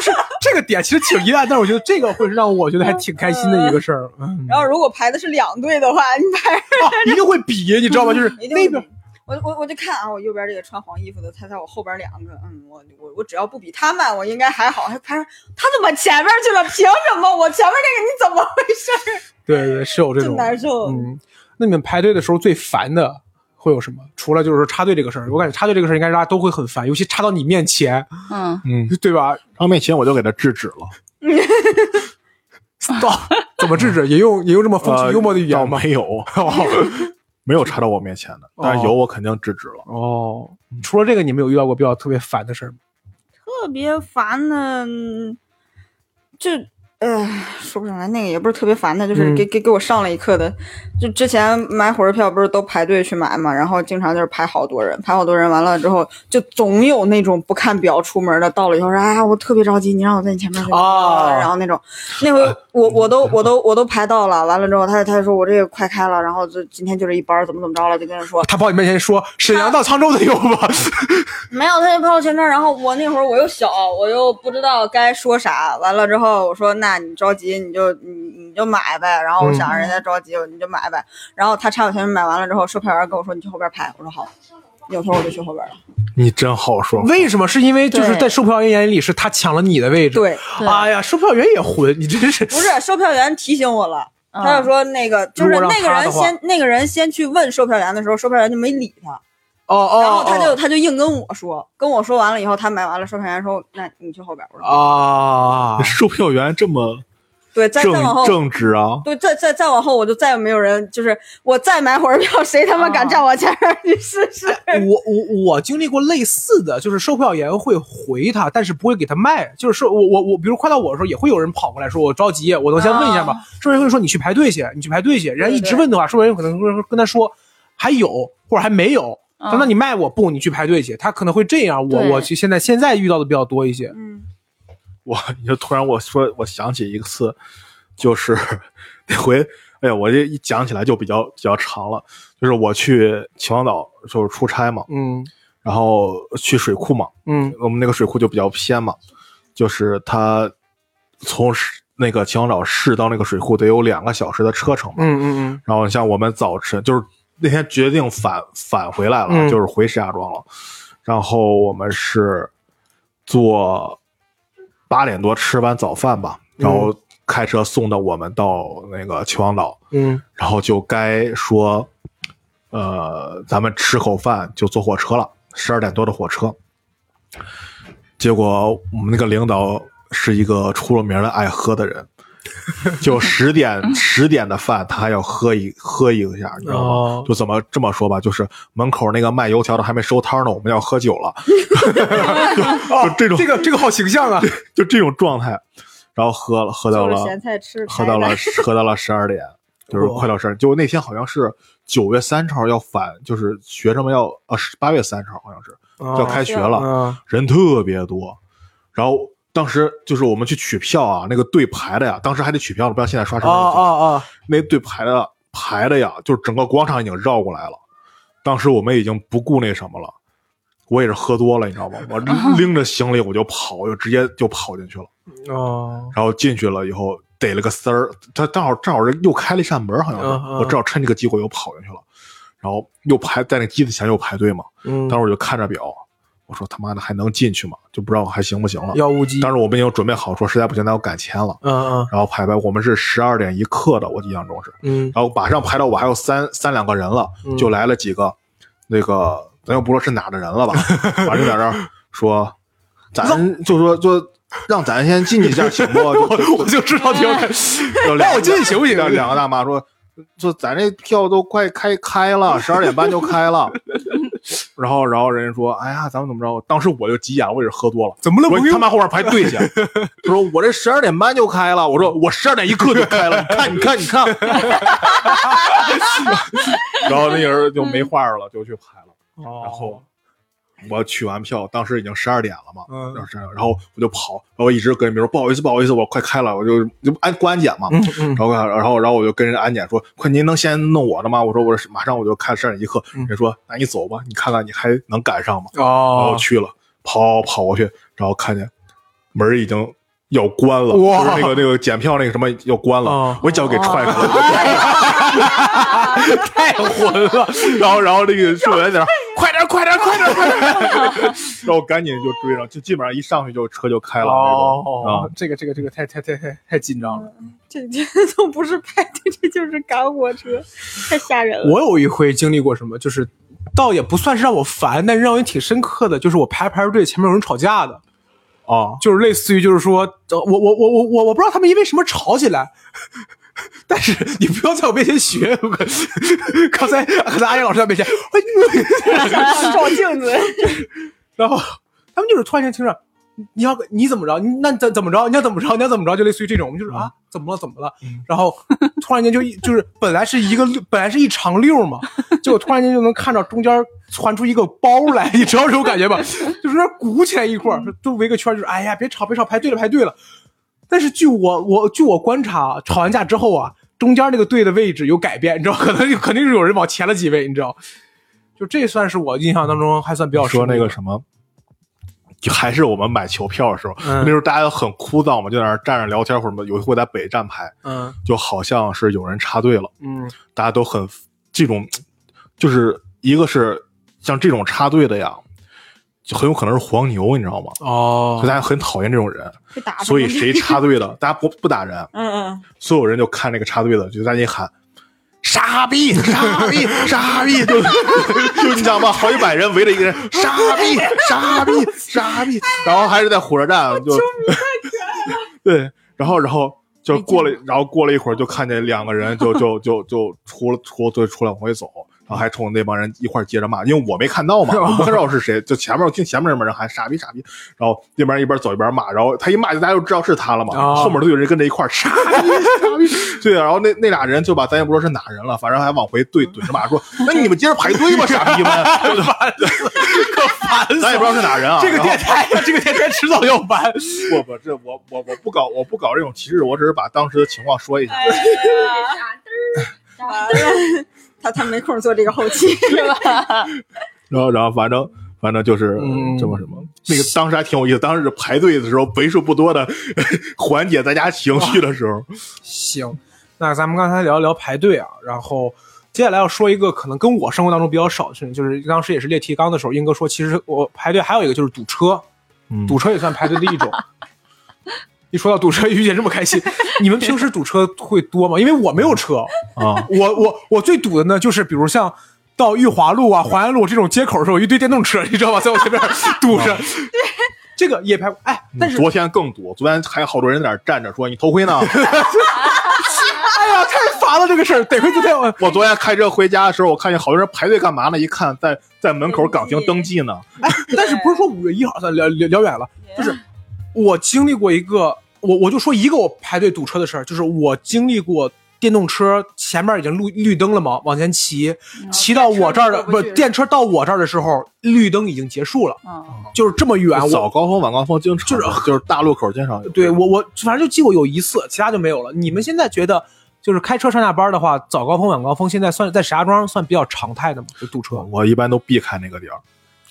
Speaker 1: 是这个点其实挺阴暗，但是我觉得这个会是让我觉得还挺开心的一个事儿。 嗯，
Speaker 5: 然后如果排的是两队的话，你排
Speaker 1: 啊一定会比，你知道吗？就是
Speaker 5: 一定
Speaker 1: 那
Speaker 5: 会
Speaker 1: 边
Speaker 5: 比。我我我就看啊，我右边这个穿黄衣服的，他在我后边两个，嗯，我我我只要不比他慢，我应该还好。还他说他怎么前面去了？凭什么我前面这个你怎么回事？
Speaker 1: 对对是有这
Speaker 5: 真
Speaker 1: 种。
Speaker 5: 难受。
Speaker 1: 嗯，那你们排队的时候最烦的会有什么？除了就是说插队这个事儿，我感觉插队这个事儿应该大家都会很烦，尤其插到你面前，
Speaker 4: 嗯，
Speaker 2: 嗯，
Speaker 1: 对吧？
Speaker 2: 张面前我就给他制止了。
Speaker 1: 到怎么制止？也用也用这么风趣幽默的语
Speaker 2: 呃倒
Speaker 1: 言吗？哦
Speaker 2: 没有， 没有查到我面前的，但是有我肯定制止了。
Speaker 1: 哦，除了这个，你们有遇到过比较特别烦的事儿吗？
Speaker 5: 特
Speaker 3: 别烦的，嗯就呃说不上来，那个也不是特别烦的，就是
Speaker 1: 嗯
Speaker 3: 给、给给我上了一课的。就之前买火车票不是都排队去买嘛，然后经常就是排好多人，排好多人完了之后，就总有那种不看表出门的，到了以后说哎呀我特别着急，你让我在你前面去
Speaker 1: 啊
Speaker 3: 然后那种那回我我都我都我都排到了，完了之后他他就说我这个快开了，然后就今天就这一班儿怎么怎么着了，就跟人说
Speaker 1: 他跑你面前说沈阳到沧州的 有吗？
Speaker 3: 没有，他就跑我前面，然后我那会儿我又小，我又不知道该说啥。完了之后，我说：“那你着急，你就你你就买呗。”然后
Speaker 1: 嗯
Speaker 3: 我想着人家着急，我你就买呗。然后他插我前面买完了之后，售票员跟我说：“你去后边排。”我说：“好。”扭头我就去后边了。
Speaker 2: 你真好说，啊
Speaker 1: 为什么？是因为就是
Speaker 4: 对
Speaker 1: 在售票员眼里是他抢了你的位置。，
Speaker 3: 对，
Speaker 4: 对
Speaker 1: 哎呀，售票员也混，你真是
Speaker 3: 不是售票员提醒我了，他就
Speaker 4: 嗯
Speaker 3: 说那个就是
Speaker 1: 如果让
Speaker 3: 那个
Speaker 1: 他的
Speaker 3: 人
Speaker 1: 话
Speaker 3: 先那个人先去问售票员的时候，售票员就没理他。
Speaker 1: 哦哦，
Speaker 3: 然后他就
Speaker 1: 哦
Speaker 3: 他就硬跟我说，跟我说完了以后，他买完了，售票员说：“那你去后边。”我说
Speaker 1: 哦啊，
Speaker 2: 售票员这么：“
Speaker 3: 对，再再
Speaker 2: 正
Speaker 3: 往后
Speaker 2: 正直 啊，
Speaker 3: 对，再再再往后，我就再也没有人，就是我再买火车票，谁他妈
Speaker 1: 啊
Speaker 3: 敢站我前面去试试？
Speaker 1: 我我我经历过类似的，就是售票员会回他，但是不会给他卖。就是售我我我，比如快到我的时候，也会有人跑过来说我着急，我能先问一下吗？售票员会说你去排队去，你去排队去。人家一直问的话，售票员可能会跟他说还有或者还没有。他说那你卖我不，你去排队去。他可能会这样。我
Speaker 4: 对
Speaker 1: 我去现在现在遇到的比较多一些。
Speaker 3: 嗯，
Speaker 2: 我你就突然我说我想起一次，就是那回，哎呀，我这一讲起来就比较比较长了，就是我去秦皇岛就是出差嘛，
Speaker 1: 嗯
Speaker 2: 然后去水库嘛，
Speaker 1: 嗯
Speaker 2: 我们那个水库就比较偏嘛，就是它从市那个秦皇岛市到那个水库得有两个小时的车程嘛。
Speaker 1: 嗯嗯
Speaker 2: 然后像我们早晨就是那天决定返返回来了，
Speaker 1: 嗯
Speaker 2: 就是回石家庄了。然后我们是坐八点多吃完早饭吧，然后开车送到我们到那个秦皇岛，
Speaker 1: 嗯
Speaker 2: 然后就该说，呃，咱们吃口饭就坐火车了，十二点多的火车。结果我们那个领导是一个出了名的爱喝的 人，就十点十点的饭他还要喝一喝一下，你知道吗？
Speaker 1: 哦
Speaker 2: 就怎么这么说吧，就是门口那个卖油条的还没收摊呢，我们要喝酒了，
Speaker 1: 哦
Speaker 2: 这种
Speaker 1: 这个这个好形象啊！
Speaker 2: 就这种状态，然后喝了喝到
Speaker 5: 做
Speaker 2: 了
Speaker 5: 了咸菜吃，
Speaker 2: 喝到了喝到了十二点，就是
Speaker 1: 哇
Speaker 2: 快到十二。就那天好像是九月三十号要返，就是学生们要呃八月三十号好像是
Speaker 1: 哦
Speaker 2: 就要开学了，
Speaker 1: 啊
Speaker 2: 人特别多。然后当时就是我们去取票啊，那个队排的呀，当时还得取票呢，不像现在刷
Speaker 1: 啊
Speaker 2: 身份证。
Speaker 1: 啊啊！
Speaker 2: 那队排的排的呀，就是整个广场已经绕过来了。当时我们已经不顾那什么了，我也是喝多了，你知道吗？我拎着行李我就跑，我就直接就跑进去了。
Speaker 1: 哦，
Speaker 2: 然后进去了以后逮了个丝儿，他正好正好是又开了一扇门，好像是，
Speaker 1: 嗯嗯
Speaker 2: 我正好趁这个机会又跑进去了，然后又排在那机子前又排队嘛，
Speaker 1: 嗯
Speaker 2: 当时我就看着表，我说他妈的还能进去吗？就不知道还行不行了。
Speaker 1: 药物机，
Speaker 2: 当时我们已经准备好说实在不行那要改签了，
Speaker 1: 嗯嗯
Speaker 2: 然后排排我们是十二点一刻的，我印象中是，
Speaker 1: 嗯
Speaker 2: 然后马上排到我还有三三两个人了，
Speaker 1: 嗯
Speaker 2: 就来了几个，那个咱就不说是哪的人了吧，反正就在这儿说，咱就说就让咱先进去一下行不？就
Speaker 1: 我就知道你要开，
Speaker 2: 就
Speaker 1: 让我进去行不行
Speaker 2: 两两个大妈说，说咱这票都快开开了，十二点半就开了。 然后，然后人家说：“哎呀，咱们怎么着？”当时我就急眼了，我也是喝多了，
Speaker 1: 怎么了
Speaker 2: 我
Speaker 1: 朋
Speaker 2: 说
Speaker 1: 友
Speaker 2: 他妈后面排 队去。他说：“我这十二点半就开了。”我说：“我十二点一刻就 开了，你看，你看，你看。”然后那个人就没话
Speaker 1: 嗯
Speaker 2: 了，就去排了。
Speaker 1: 然
Speaker 2: 然
Speaker 1: 哦
Speaker 2: 后我取完票，当时已经十二点了嘛，
Speaker 1: 嗯
Speaker 2: 然后12然后我就跑，然后一直跟别人说不好意思，不好意思，我快开了，我就就安过安检嘛，
Speaker 1: 嗯嗯
Speaker 2: 然后然后然后我就跟人安检说，快您能先弄我的吗？我说我是马上我就开十二点一刻，
Speaker 1: 嗯
Speaker 2: 人说那你走吧，你看看你还能赶上吗？然后
Speaker 1: 哦，
Speaker 2: 去了，跑跑过去，然后看见门儿已经要关了，
Speaker 1: 哇
Speaker 2: 就是那个那个检票那个什么要关了，
Speaker 1: 哦
Speaker 2: 我一脚给踹开了， 太混了。然后然后那个售票员在那儿快点儿快点儿快点儿快点儿，然后赶紧就追上，就基本上一上去就车就开了那种啊
Speaker 1: 哦，。这个这个这个太太太太太紧张了。
Speaker 5: 这这都不是排队，这就是赶火车，太吓人了。
Speaker 1: 我有一回经历过什么，就是倒也不算是让我烦，但是让我也挺深刻的，就是我排排着队，前面有人吵架的，
Speaker 2: 哦，
Speaker 1: 就是类似于就是说，呃我我我我我我不知道他们因为什么吵起来， 但是你不要在我面前学，我 刚才可在阿英老师在面前，哎
Speaker 5: 照镜 子，
Speaker 1: 然后他们就是突然间听着，你要你怎么着？你那你怎怎么着？你要怎么着？你要怎么着？就类似于这种，我们就是啊，怎么了？怎么了？然后突然间就一就是本来是一个本来是一长溜嘛， 结果突然间就能看到中间窜出一个包来，你知道这种感觉吧？就是有点鼓起来一块儿，就围个圈儿，就是哎呀，别吵别吵，排队了排队了。但是据我我据我观察，吵完架之后啊，中间那个队的位置有改变，你知道，可能肯定是有人往前了几位，你知道。就这算是我印象当中还算比较
Speaker 2: 说那
Speaker 1: 深刻
Speaker 2: 个
Speaker 1: 的
Speaker 2: 什么，还是我们买球票的时候，
Speaker 1: 嗯
Speaker 2: 那时候大家很枯燥嘛，就在那儿站着聊天或者什么。有一回在北站排，
Speaker 1: 嗯
Speaker 2: 就好像是有人插队了，
Speaker 1: 嗯
Speaker 2: 大家都很这种，就是一个是像这种插队的呀，就很有可能是黄牛，你知道吗？所以
Speaker 1: 哦，
Speaker 2: 大家很讨厌这种人，
Speaker 5: 会打他
Speaker 2: 所以
Speaker 5: 们
Speaker 2: 谁插队的， 大家不不打人，
Speaker 5: 嗯 嗯，
Speaker 2: 所有人就看那个插队的，就在那里喊。傻逼，傻逼，傻逼！就就你知道吗？好几百人围着一个人，傻逼，傻逼，傻逼！然后还是在火车站，就对，然后然后就过了，然后过了一会儿，就看见两个人就就就就出了出队出来往回走，然后还冲那帮人一块儿接着骂，因为我没看到嘛，我不知道是谁，就前面我听前面那边人喊傻逼傻逼，然后那边一边走一边骂，然后他一骂就大家就知道是他了嘛，
Speaker 1: 啊
Speaker 2: 后面都有人跟着一块儿傻逼傻逼，对啊，然后那那俩人就把咱也不知道是哪人了，反正还往回怼怼着骂说，那你们接着排队吧，傻 逼们，对不对？咱也不知道是哪人啊，
Speaker 1: 这个
Speaker 2: 然后
Speaker 1: 电台，这个电台迟早要完。
Speaker 2: 不不，这我我我不搞我不搞这种歧视，我只是把当时的情况说一下。
Speaker 5: 完了，他他没空做这个后期，
Speaker 2: 然后然后反正反正就是
Speaker 1: 嗯
Speaker 2: 这么什么，那个当时还挺有意思。当时排队的时候为数不多的 缓解大家情绪的时候，
Speaker 1: 行，那咱们刚才聊一聊排队啊，然后接下来要说一个可能跟我生活当中比较少的事情，就是当时也是列提纲的时候，英哥说，其实我排队还有一个就是堵车，
Speaker 2: 嗯
Speaker 1: 堵车也算排队的一种。一说到堵车，于姐这么开心，你们平时堵车会多吗？因为我没有车，
Speaker 2: 啊，
Speaker 1: 我我我最堵的呢，就是比如像到裕华路啊、淮安路这种街口的时候，有一堆电动车，你知道吧，在我前面堵
Speaker 2: 嗯
Speaker 1: 着。这个也排过，哎， 但是
Speaker 2: 昨天更堵，昨天还好多人在那儿站着说你头 盔呢。
Speaker 1: 哎呀，太烦了这个事儿。得亏昨天我
Speaker 2: 我昨天开车回家的时候，我看见好多人排队干嘛呢？一看在在门口岗亭登记呢。
Speaker 1: 但是不是说五月一号？算聊聊聊远了，就是我经历过一个，我我就说一个我排队堵车的事儿，就是我经历过电动车前面已经绿绿灯了嘛，往前骑，骑到我这儿的
Speaker 5: 嗯电车过不
Speaker 1: 不是
Speaker 5: 去
Speaker 1: 电车到我这儿的时候，绿灯已经结束了，
Speaker 5: 嗯
Speaker 1: 就是这么远，
Speaker 2: 早
Speaker 1: 啊我
Speaker 2: 高峰、晚高峰经常
Speaker 1: 就是
Speaker 2: 就是大路口经常有。
Speaker 1: 对我我反正就记过有一次，其他就没有了。你们现在觉得？就是开车上下班的话，早高峰、晚高峰，现在算在石家庄算比较常态的嘛，就堵车。
Speaker 2: 我一般都避开那个点儿，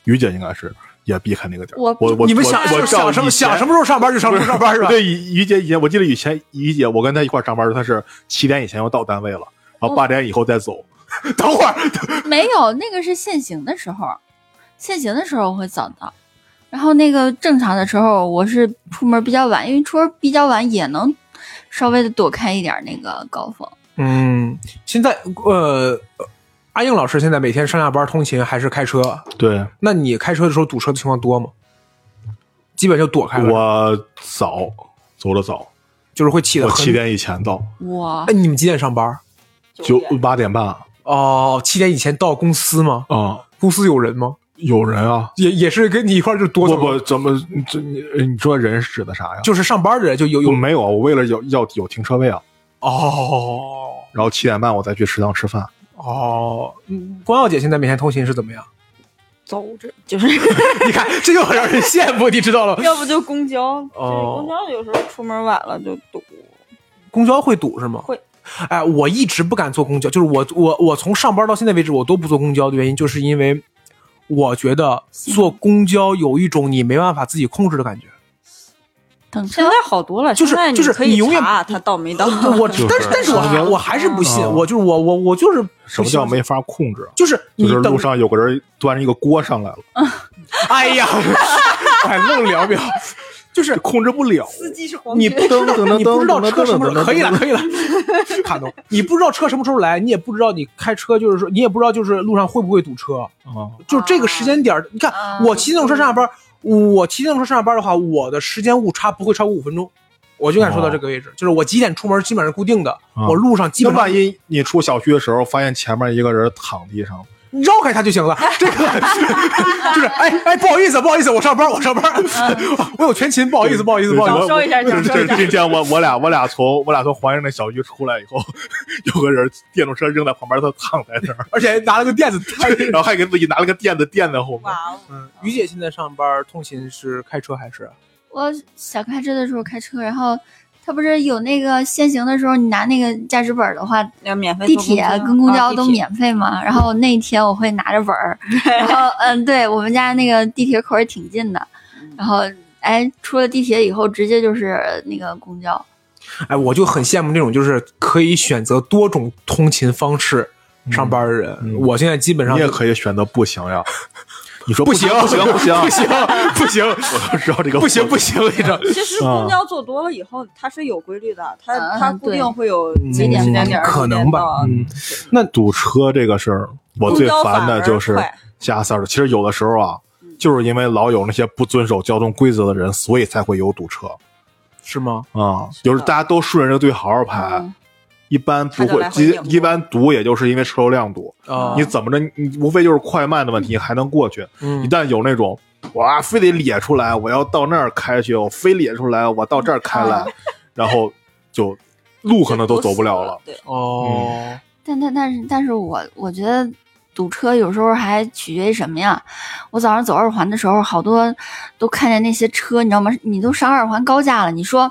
Speaker 2: 于姐应该是也避开那个点儿。
Speaker 4: 我
Speaker 2: 我我
Speaker 1: 你们想
Speaker 2: 我
Speaker 1: 就是想什么想什
Speaker 2: 么？
Speaker 1: 么时候上班就什么时候上班是吧？
Speaker 2: 对，于于姐以前我记得以前于姐，我跟她一块儿上班的时候，她是七点以前要到单位了，然
Speaker 1: 哦
Speaker 2: 后八点以后再走。 等会儿，
Speaker 4: 没有，那个是限行的时候，限行的时候我会早到。然后那个正常的时候，我是出门比较晚，因为出门比较晚也能稍微的躲开一点那个高峰。
Speaker 1: 嗯，现在呃，阿英老师现在每天上下班通勤还是开车？
Speaker 2: 对
Speaker 1: 那你开车的时候堵车的情况多吗？基本就躲
Speaker 2: 哎
Speaker 1: 开了，
Speaker 2: 我早走的早，
Speaker 1: 就是会起得
Speaker 2: 我
Speaker 1: 很
Speaker 2: 七。点以前到，
Speaker 4: 我
Speaker 1: 哎，你们几点上班？
Speaker 2: 九
Speaker 1: 嗯
Speaker 2: 八点半
Speaker 1: 哦，七点以前到公司吗？
Speaker 2: 啊，
Speaker 1: 公司有人吗？
Speaker 2: 有人啊。
Speaker 1: 也也是跟你一块儿就多
Speaker 2: 不
Speaker 1: 走
Speaker 2: 不，
Speaker 1: 吗，
Speaker 2: 怎么这你你说人是指的啥呀？
Speaker 1: 就是上班的人就有有
Speaker 2: 我没有，啊我为了有要有停车位啊，
Speaker 1: 哦
Speaker 2: 然后七点半我再去食堂吃饭。
Speaker 1: 哦。嗯光耀姐现在每天通勤是怎么样？
Speaker 5: 走着就是，
Speaker 1: 你看，这就很让人羡慕，你知道了吗？
Speaker 5: 要不就公交，就是
Speaker 1: 哦
Speaker 5: 公交有时候出门晚了就堵，
Speaker 1: 公交会堵是吗？
Speaker 5: 会。
Speaker 1: 哎，我一直不敢坐公交，就是我我我从上班到现在为止，我都不坐公交的原因，就是因为我觉得坐公交有一种你没办法自己控制的感觉。
Speaker 4: 等车
Speaker 5: 现在好多了，
Speaker 1: 就是
Speaker 5: 现在你
Speaker 1: 就是
Speaker 5: 可以
Speaker 1: 你永远
Speaker 5: 查他到 没到，
Speaker 1: 我
Speaker 2: 就是
Speaker 1: 但是但是我还我还是不信，
Speaker 2: 啊
Speaker 1: 我就是我我我就是
Speaker 2: 什么叫没法控制？
Speaker 1: 就是
Speaker 2: 就
Speaker 1: 你
Speaker 2: 是路
Speaker 1: 等
Speaker 2: 上有个人端着一个锅上 来了，
Speaker 1: 哎 呀，哎愣聊表，就是
Speaker 2: 控制不了。
Speaker 5: 司机是黄
Speaker 1: 你不知
Speaker 2: 噔噔
Speaker 1: 道
Speaker 2: 噔
Speaker 1: 你不知道车什么时候
Speaker 2: 噔噔噔噔
Speaker 1: 可以了可以了，卡农，你不知道车什么时候来，你也不知道你开车就是说你也不知道就是路上会不会堵车，
Speaker 2: 啊，
Speaker 1: 就这个时间点儿，你看
Speaker 4: 啊
Speaker 1: 我骑电动车上下班儿，我骑电动车上下班儿的话，我的时间误差不会超过五分钟。我就敢说到这个位置，就是我几点出门基本上是固定的，
Speaker 2: 啊
Speaker 1: 我路上基
Speaker 2: 那
Speaker 1: 本上
Speaker 2: 万一你出小区的时候，发现前面一个人躺地上，
Speaker 1: 绕开他就行了。这个就是哎哎，不好意思，不好意思，我上班，我上班， 我有全勤，不好意思，不好意思，不好意
Speaker 3: 找
Speaker 1: 思。
Speaker 3: 我收一下找收一下
Speaker 2: 这这天我我俩我俩从我俩从华阳那小区出来以后，有个人电动车扔在旁边，他躺在那儿，
Speaker 1: 而且拿了个垫子。
Speaker 2: 然后还给自己拿了个垫子垫在后面。
Speaker 3: 哇哦，
Speaker 1: 嗯，于姐现在上班通勤是开车还是？啊
Speaker 4: 我想开车的时候开车，然后它不是有那个限行的时候，你拿那个驾驶本儿的话，
Speaker 3: 要免费
Speaker 4: 地
Speaker 3: 坐
Speaker 4: 铁
Speaker 3: 公
Speaker 4: 跟公
Speaker 3: 啊
Speaker 4: 交
Speaker 3: 地
Speaker 4: 都
Speaker 3: 铁
Speaker 4: 免费嘛。然后那一天我会拿着 本儿，然后嗯，对我们家那个地铁口儿也挺近的，
Speaker 3: 嗯
Speaker 4: 然后哎，出了地铁以后直接就是那个公交。
Speaker 1: 哎，我就很羡慕那种就是可以选择多种通勤方式上班的人。
Speaker 2: 嗯嗯
Speaker 1: 我现在基本上
Speaker 2: 你也可以选择不行呀，你说
Speaker 1: 不
Speaker 2: 行
Speaker 1: 行
Speaker 2: 不行不行
Speaker 1: 不行不行
Speaker 2: 我知道这个
Speaker 1: 不行不行，你这
Speaker 3: 其实
Speaker 2: 啊
Speaker 3: 公交坐多了以后，它是有规律的，它
Speaker 4: 嗯
Speaker 3: 它固定会有几
Speaker 4: 嗯
Speaker 3: 点时间点儿
Speaker 1: 可能吧？
Speaker 3: 几点
Speaker 1: 嗯，
Speaker 2: 堵车这个事儿，我最烦的就是
Speaker 3: 公交反而快
Speaker 2: 加塞儿。其实有的时候啊
Speaker 3: 嗯，
Speaker 2: 就是因为老有那些不遵守交通规则的人，所以才会有堵车
Speaker 1: 是吗？
Speaker 2: 啊。
Speaker 3: 是的
Speaker 2: 有时大家都顺着这个队好好排
Speaker 4: 嗯，
Speaker 2: 一般不
Speaker 3: 他就
Speaker 2: 会
Speaker 3: 来，回
Speaker 2: 一
Speaker 3: 拧
Speaker 2: 一般堵也就是因为车流量堵。
Speaker 1: 啊
Speaker 2: 你怎么着，你无非就是快慢的问题，还能过去。一
Speaker 1: 嗯
Speaker 2: 旦有那种哇，非得咧出来，我要到那儿开去，我非咧出来，我到这儿开来， 然后就路可能都走不了了。
Speaker 3: 对，
Speaker 1: 哦，
Speaker 4: 但但但是但是我我觉得堵车有时候还取决于什么呀？我早上走二环的时候，好多都看见那些车，你知道吗？你都上二环高架了，你说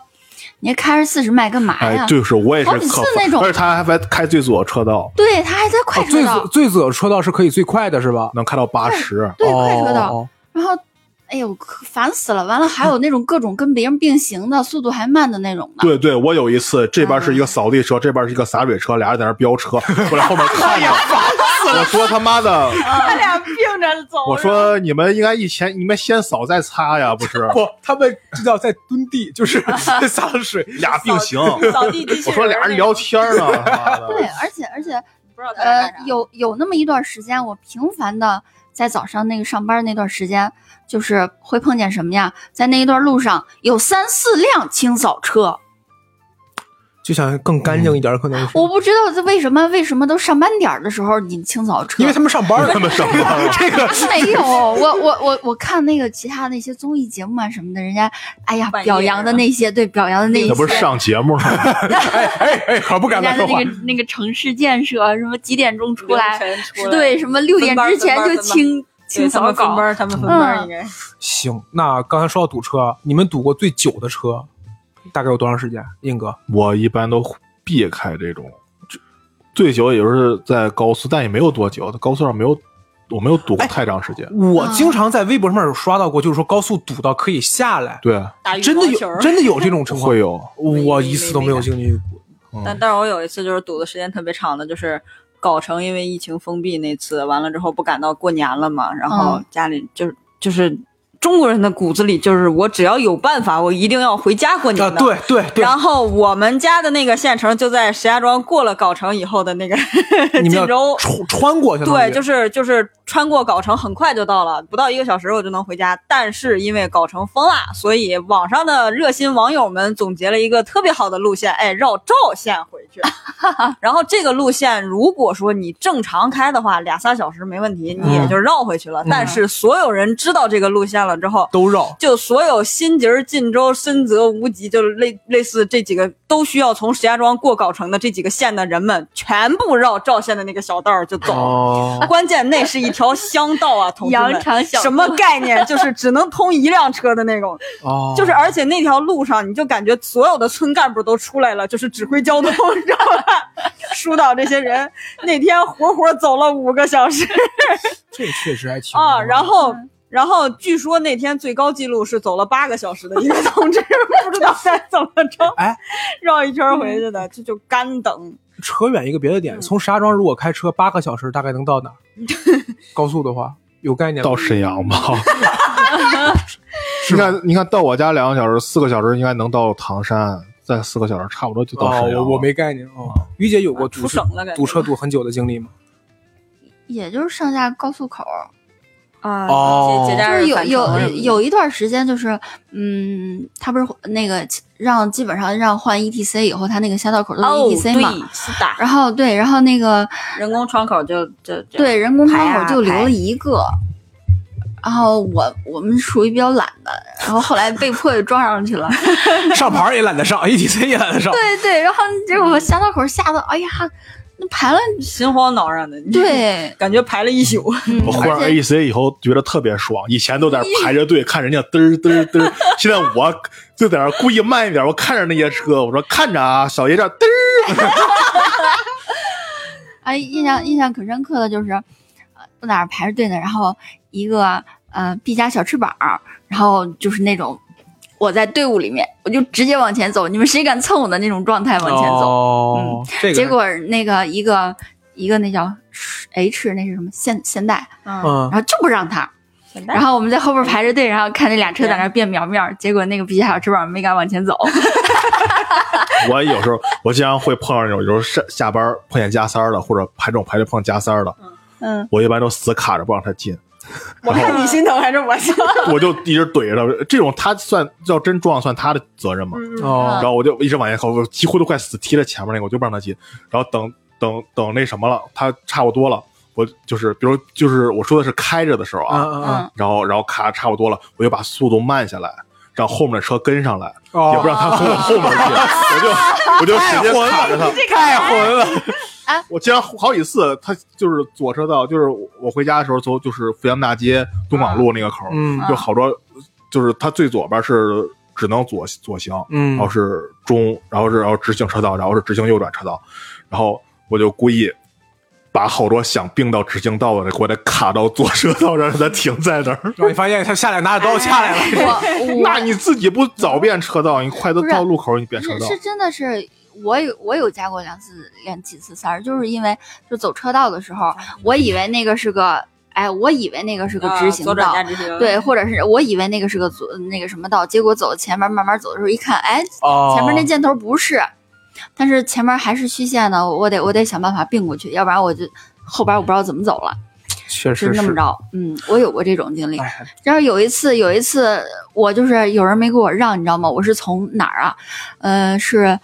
Speaker 4: 你还开着四十迈干嘛呀？
Speaker 2: 哎，就是我也是
Speaker 4: 好几
Speaker 2: 可
Speaker 4: 次那
Speaker 2: 烦，
Speaker 4: 种
Speaker 2: 而且他还开最左车道，
Speaker 4: 对他还在快
Speaker 1: 哦
Speaker 4: 车
Speaker 1: 最
Speaker 4: 道，
Speaker 1: 左最左车道是可以最快的是吧？
Speaker 2: 能开到八十。
Speaker 4: 对
Speaker 1: 哦
Speaker 4: 快车道，
Speaker 1: 哦
Speaker 4: 然后。哎呦，可烦死了！完了，还有那种各种跟别人并行的，速度还慢的那种的。
Speaker 2: 对对，我有一次，这边是一个扫地车，这边是一个洒水车，俩人在那儿飙车，我在后面看着，我说他妈的，
Speaker 4: 啊
Speaker 3: 他俩并着走。
Speaker 1: 哦
Speaker 2: 我 说你们应该以前你们先扫再擦呀，不是
Speaker 1: 哦？不，他们这叫在蹲地，就是 在洒 水。
Speaker 2: 俩并行，
Speaker 3: 扫地机器人
Speaker 2: 我说俩
Speaker 3: 儿
Speaker 2: 人
Speaker 3: 那
Speaker 2: 聊天呢，他啊妈的
Speaker 4: 对，而且而且，
Speaker 3: 种不知道在
Speaker 4: 呃
Speaker 3: 干啥，
Speaker 4: 有有那么一段时间，我频繁的在早上那个上班那段时间，就是会碰见什么呀？在那一段路上有三四辆清扫车，
Speaker 1: 就想更干净一点，可能是
Speaker 4: 嗯我不知道这为什么，为什么都上班点儿的时候你清扫车？
Speaker 1: 因为他们上班了，
Speaker 2: 他们上班啊了
Speaker 1: 这个
Speaker 4: 没有，我我我我看那个其他那些综艺节目啊什么的，人家哎呀
Speaker 3: 半夜
Speaker 4: 表扬的
Speaker 3: 是吧
Speaker 4: 那些，对表扬的那一些，
Speaker 2: 那不是上节目啊了吗？
Speaker 1: 哎哎哎，可不敢
Speaker 4: 人家
Speaker 1: 乱
Speaker 4: 的
Speaker 1: 说话
Speaker 4: 那个。那个城市建设什么几点钟出来，
Speaker 3: 凌晨出
Speaker 4: 是
Speaker 3: 来
Speaker 4: 对什么六
Speaker 3: 分
Speaker 4: 点
Speaker 3: 班
Speaker 4: 之
Speaker 3: 分
Speaker 4: 前
Speaker 3: 班
Speaker 4: 就
Speaker 3: 分班
Speaker 4: 清
Speaker 3: 对
Speaker 4: 清
Speaker 3: 他
Speaker 4: 扫
Speaker 3: 们分
Speaker 4: 稿
Speaker 3: 班。儿，他们分班儿
Speaker 4: 嗯
Speaker 3: 应该
Speaker 1: 行，那刚才说到堵车，你们堵过最久的车大概有多长时间？硬哥，
Speaker 2: 我一般都避开这种，最久也就是在高速，但也没有多久，高速上没有，我没有堵过太长时间。
Speaker 1: 我
Speaker 4: 啊
Speaker 1: 经常在微博上面有刷到过，就是说高速堵到可以下来，
Speaker 2: 对，
Speaker 3: 打羽
Speaker 1: 真的
Speaker 3: 毛球
Speaker 1: 有
Speaker 3: 儿。
Speaker 1: 真的有这种情况
Speaker 2: 会，有，
Speaker 1: 我一次都没有经历过。
Speaker 3: 但但是我有一次就是堵的时间特别长的，就是藁城因为疫情封闭那次，完了之后不赶到过年了嘛，然后
Speaker 4: 嗯
Speaker 3: 家里就是就是中国人的骨子里就是我只要有办法，我一定要回家过年
Speaker 1: 啊，
Speaker 3: 的。
Speaker 1: 对对对，
Speaker 3: 然后我们家的那个县城就在石家庄过了藁城以后的那个
Speaker 1: 你们要
Speaker 3: 锦州，
Speaker 1: 穿穿过去，
Speaker 3: 对，就是是就是穿过藁城，很快就到了，不到一个小时我就能回家。但是因为藁城封了，所以网上的热心网友们总结了一个特别好的路线，哎，绕赵县回去。然后这个路线，如果说你正常开的话，俩仨小时没问题，你也就绕回去了。但是所有人知道这个路线了之后，
Speaker 1: 都绕。
Speaker 3: 就所有新集儿、晋州、深泽、无极，就是类类似这几个都需要从石家庄过藁城的这几个县的人们，全部绕赵县的那个小道儿就走。
Speaker 1: 哦，
Speaker 3: 关键那是一条乡道啊，同志
Speaker 4: 羊
Speaker 3: 们。
Speaker 4: 肠小
Speaker 3: 什么概念？就是只能通一辆车的那种，
Speaker 1: 哦
Speaker 3: 就是而且那条路上，你就感觉所有的村干部都出来了，就是指挥交通，你知道吧？ 疏导这些人。那天活活走了五个小时
Speaker 1: 这确实还挺
Speaker 4: 哦
Speaker 3: 啊，然后。然后据说那天最高记录是走了八个小时的一个同志，不知道该怎么着，
Speaker 1: 哎，
Speaker 3: 绕一圈回去的，这就干等。
Speaker 1: 扯远一个别的
Speaker 4: 嗯
Speaker 1: 点，从石家庄如果开车八个小时，大概能到 哪儿？高速的话有概念吗
Speaker 2: 到沈阳吧。 你看，你看到我家两个小时，四个小时应该能到唐山，再四个小时差不多就到
Speaker 1: 哦，
Speaker 2: 沈阳了。
Speaker 1: 我我没概念哦。于姐
Speaker 4: 啊
Speaker 1: 有过堵
Speaker 3: 出
Speaker 1: 车
Speaker 3: 省了感觉
Speaker 1: 堵车堵很久的经历吗？
Speaker 4: 也就是上下高速口儿，
Speaker 5: 啊
Speaker 1: 哦
Speaker 5: 节节假
Speaker 4: 就
Speaker 5: 日
Speaker 4: 是有
Speaker 5: 返程
Speaker 4: 有
Speaker 5: 什么的
Speaker 4: 有一段时间，就是嗯，他不是那个让基本上让换 E T C 以后，他那个下道口都是
Speaker 5: 哦，
Speaker 4: E T C 嘛。
Speaker 5: 对，是的，
Speaker 4: 然后对，然后那个
Speaker 5: 人工窗口就就就
Speaker 4: 对人工窗口就留
Speaker 5: 排啊
Speaker 4: 了一个，然后我我们属于比较懒的，然后后来被迫就装上去了。
Speaker 1: 上牌儿也懒得上，ETC 也懒得上。
Speaker 4: 对对，然后结果下道口吓得，哎呀，那排了
Speaker 5: 心慌脑 热的，你
Speaker 4: 对，
Speaker 5: 感觉排了一 宿。
Speaker 4: 嗯
Speaker 2: 我换上 A C 以后觉得特别爽，以前都在那排着队看人家嘚儿嘚儿嘚儿，现在我就在那儿故意慢一点，我看着那些车，我说看着啊，小爷这儿嘚儿，
Speaker 4: 哎，印象印象可深刻的就是，呃，我哪儿排着队呢，然后一个呃毕加小翅膀儿，然后就是那种我在队伍里面，我就直接往前走，你们谁敢蹭我的那种状态往前走。嗯
Speaker 1: 哦，这个
Speaker 4: 结果那个一个一个那叫 H 那是什么现现代，
Speaker 5: 嗯，
Speaker 1: 嗯嗯
Speaker 4: 然，后就不让他，然
Speaker 5: 然后
Speaker 4: 后我们在后边排着队，然后看那俩车在那儿变苗苗，结果那个毕加小翅膀没敢往前走。
Speaker 2: 我有时候我经常会碰上那种，有时候下下班碰见加塞儿的，或者排这种排队碰见加塞儿的，
Speaker 5: 嗯，
Speaker 2: 我一般都死卡着不让他进，
Speaker 5: 我看你心疼还是我心疼？
Speaker 2: 我就一直怼着他。这种他算要真撞，算他的责任吗？
Speaker 3: 嗯
Speaker 4: 嗯
Speaker 1: 哦
Speaker 2: 然后我就一直往前靠，我几乎都快死踢了前面那个，我就不让他进。然后等等等那什么了，他差不多了，我就是比如就是我说的是开着的时候
Speaker 1: 嗯
Speaker 2: 啊，
Speaker 1: 嗯嗯，
Speaker 4: 嗯，
Speaker 2: 然后然后咔差不多了，我就把速度慢下来。让后面的车跟上来，也不
Speaker 1: 哦，
Speaker 2: 让他从我后面进，我就我就直接卡着他。
Speaker 1: 太混了，啊
Speaker 2: 我经常好几次，他就是左车道，就是我回家的时候走，就是阜阳大街东广路那个口儿，
Speaker 1: 嗯
Speaker 2: 就好多，就是他最左边是只能左左行，
Speaker 1: 嗯
Speaker 2: 然后是中，然后是然后直行车道，然后是直行右转车道，然后我就故意把好多想并到直行道的，给我得卡到左车道，让他停在那儿。
Speaker 1: 然后哦你发现他下来拿着刀下来
Speaker 4: 哎
Speaker 1: 了，
Speaker 4: 我我
Speaker 2: 那你自己不早变车道，你快到
Speaker 4: 不是
Speaker 2: 到路口你变车
Speaker 4: 是
Speaker 2: 道，
Speaker 4: 是真的是，我有我有加过两次两几次塞儿，就是因为就走车道的时候，
Speaker 5: 嗯
Speaker 4: 我以为那个是个，哎，我以为那个是个
Speaker 3: 啊
Speaker 4: 直行
Speaker 5: 左转
Speaker 4: 道，
Speaker 5: 加直行，
Speaker 4: 对，或者是我以为那个是个左那个什么道，结果走前面慢慢走的时候一看，哎，
Speaker 1: 哦，
Speaker 4: 前面那箭头不是，但是前面还是虚线呢，我得我得想办法并过去，要不然我就后边我不知道怎么走了，
Speaker 1: 确
Speaker 4: 就
Speaker 1: 实
Speaker 4: 那么
Speaker 1: 是，
Speaker 4: 着，嗯，我有过这种经历。
Speaker 1: 哎，
Speaker 4: 然后有一次，有一次我就是有人没给我让，你知道吗？我是从哪儿啊？呃，是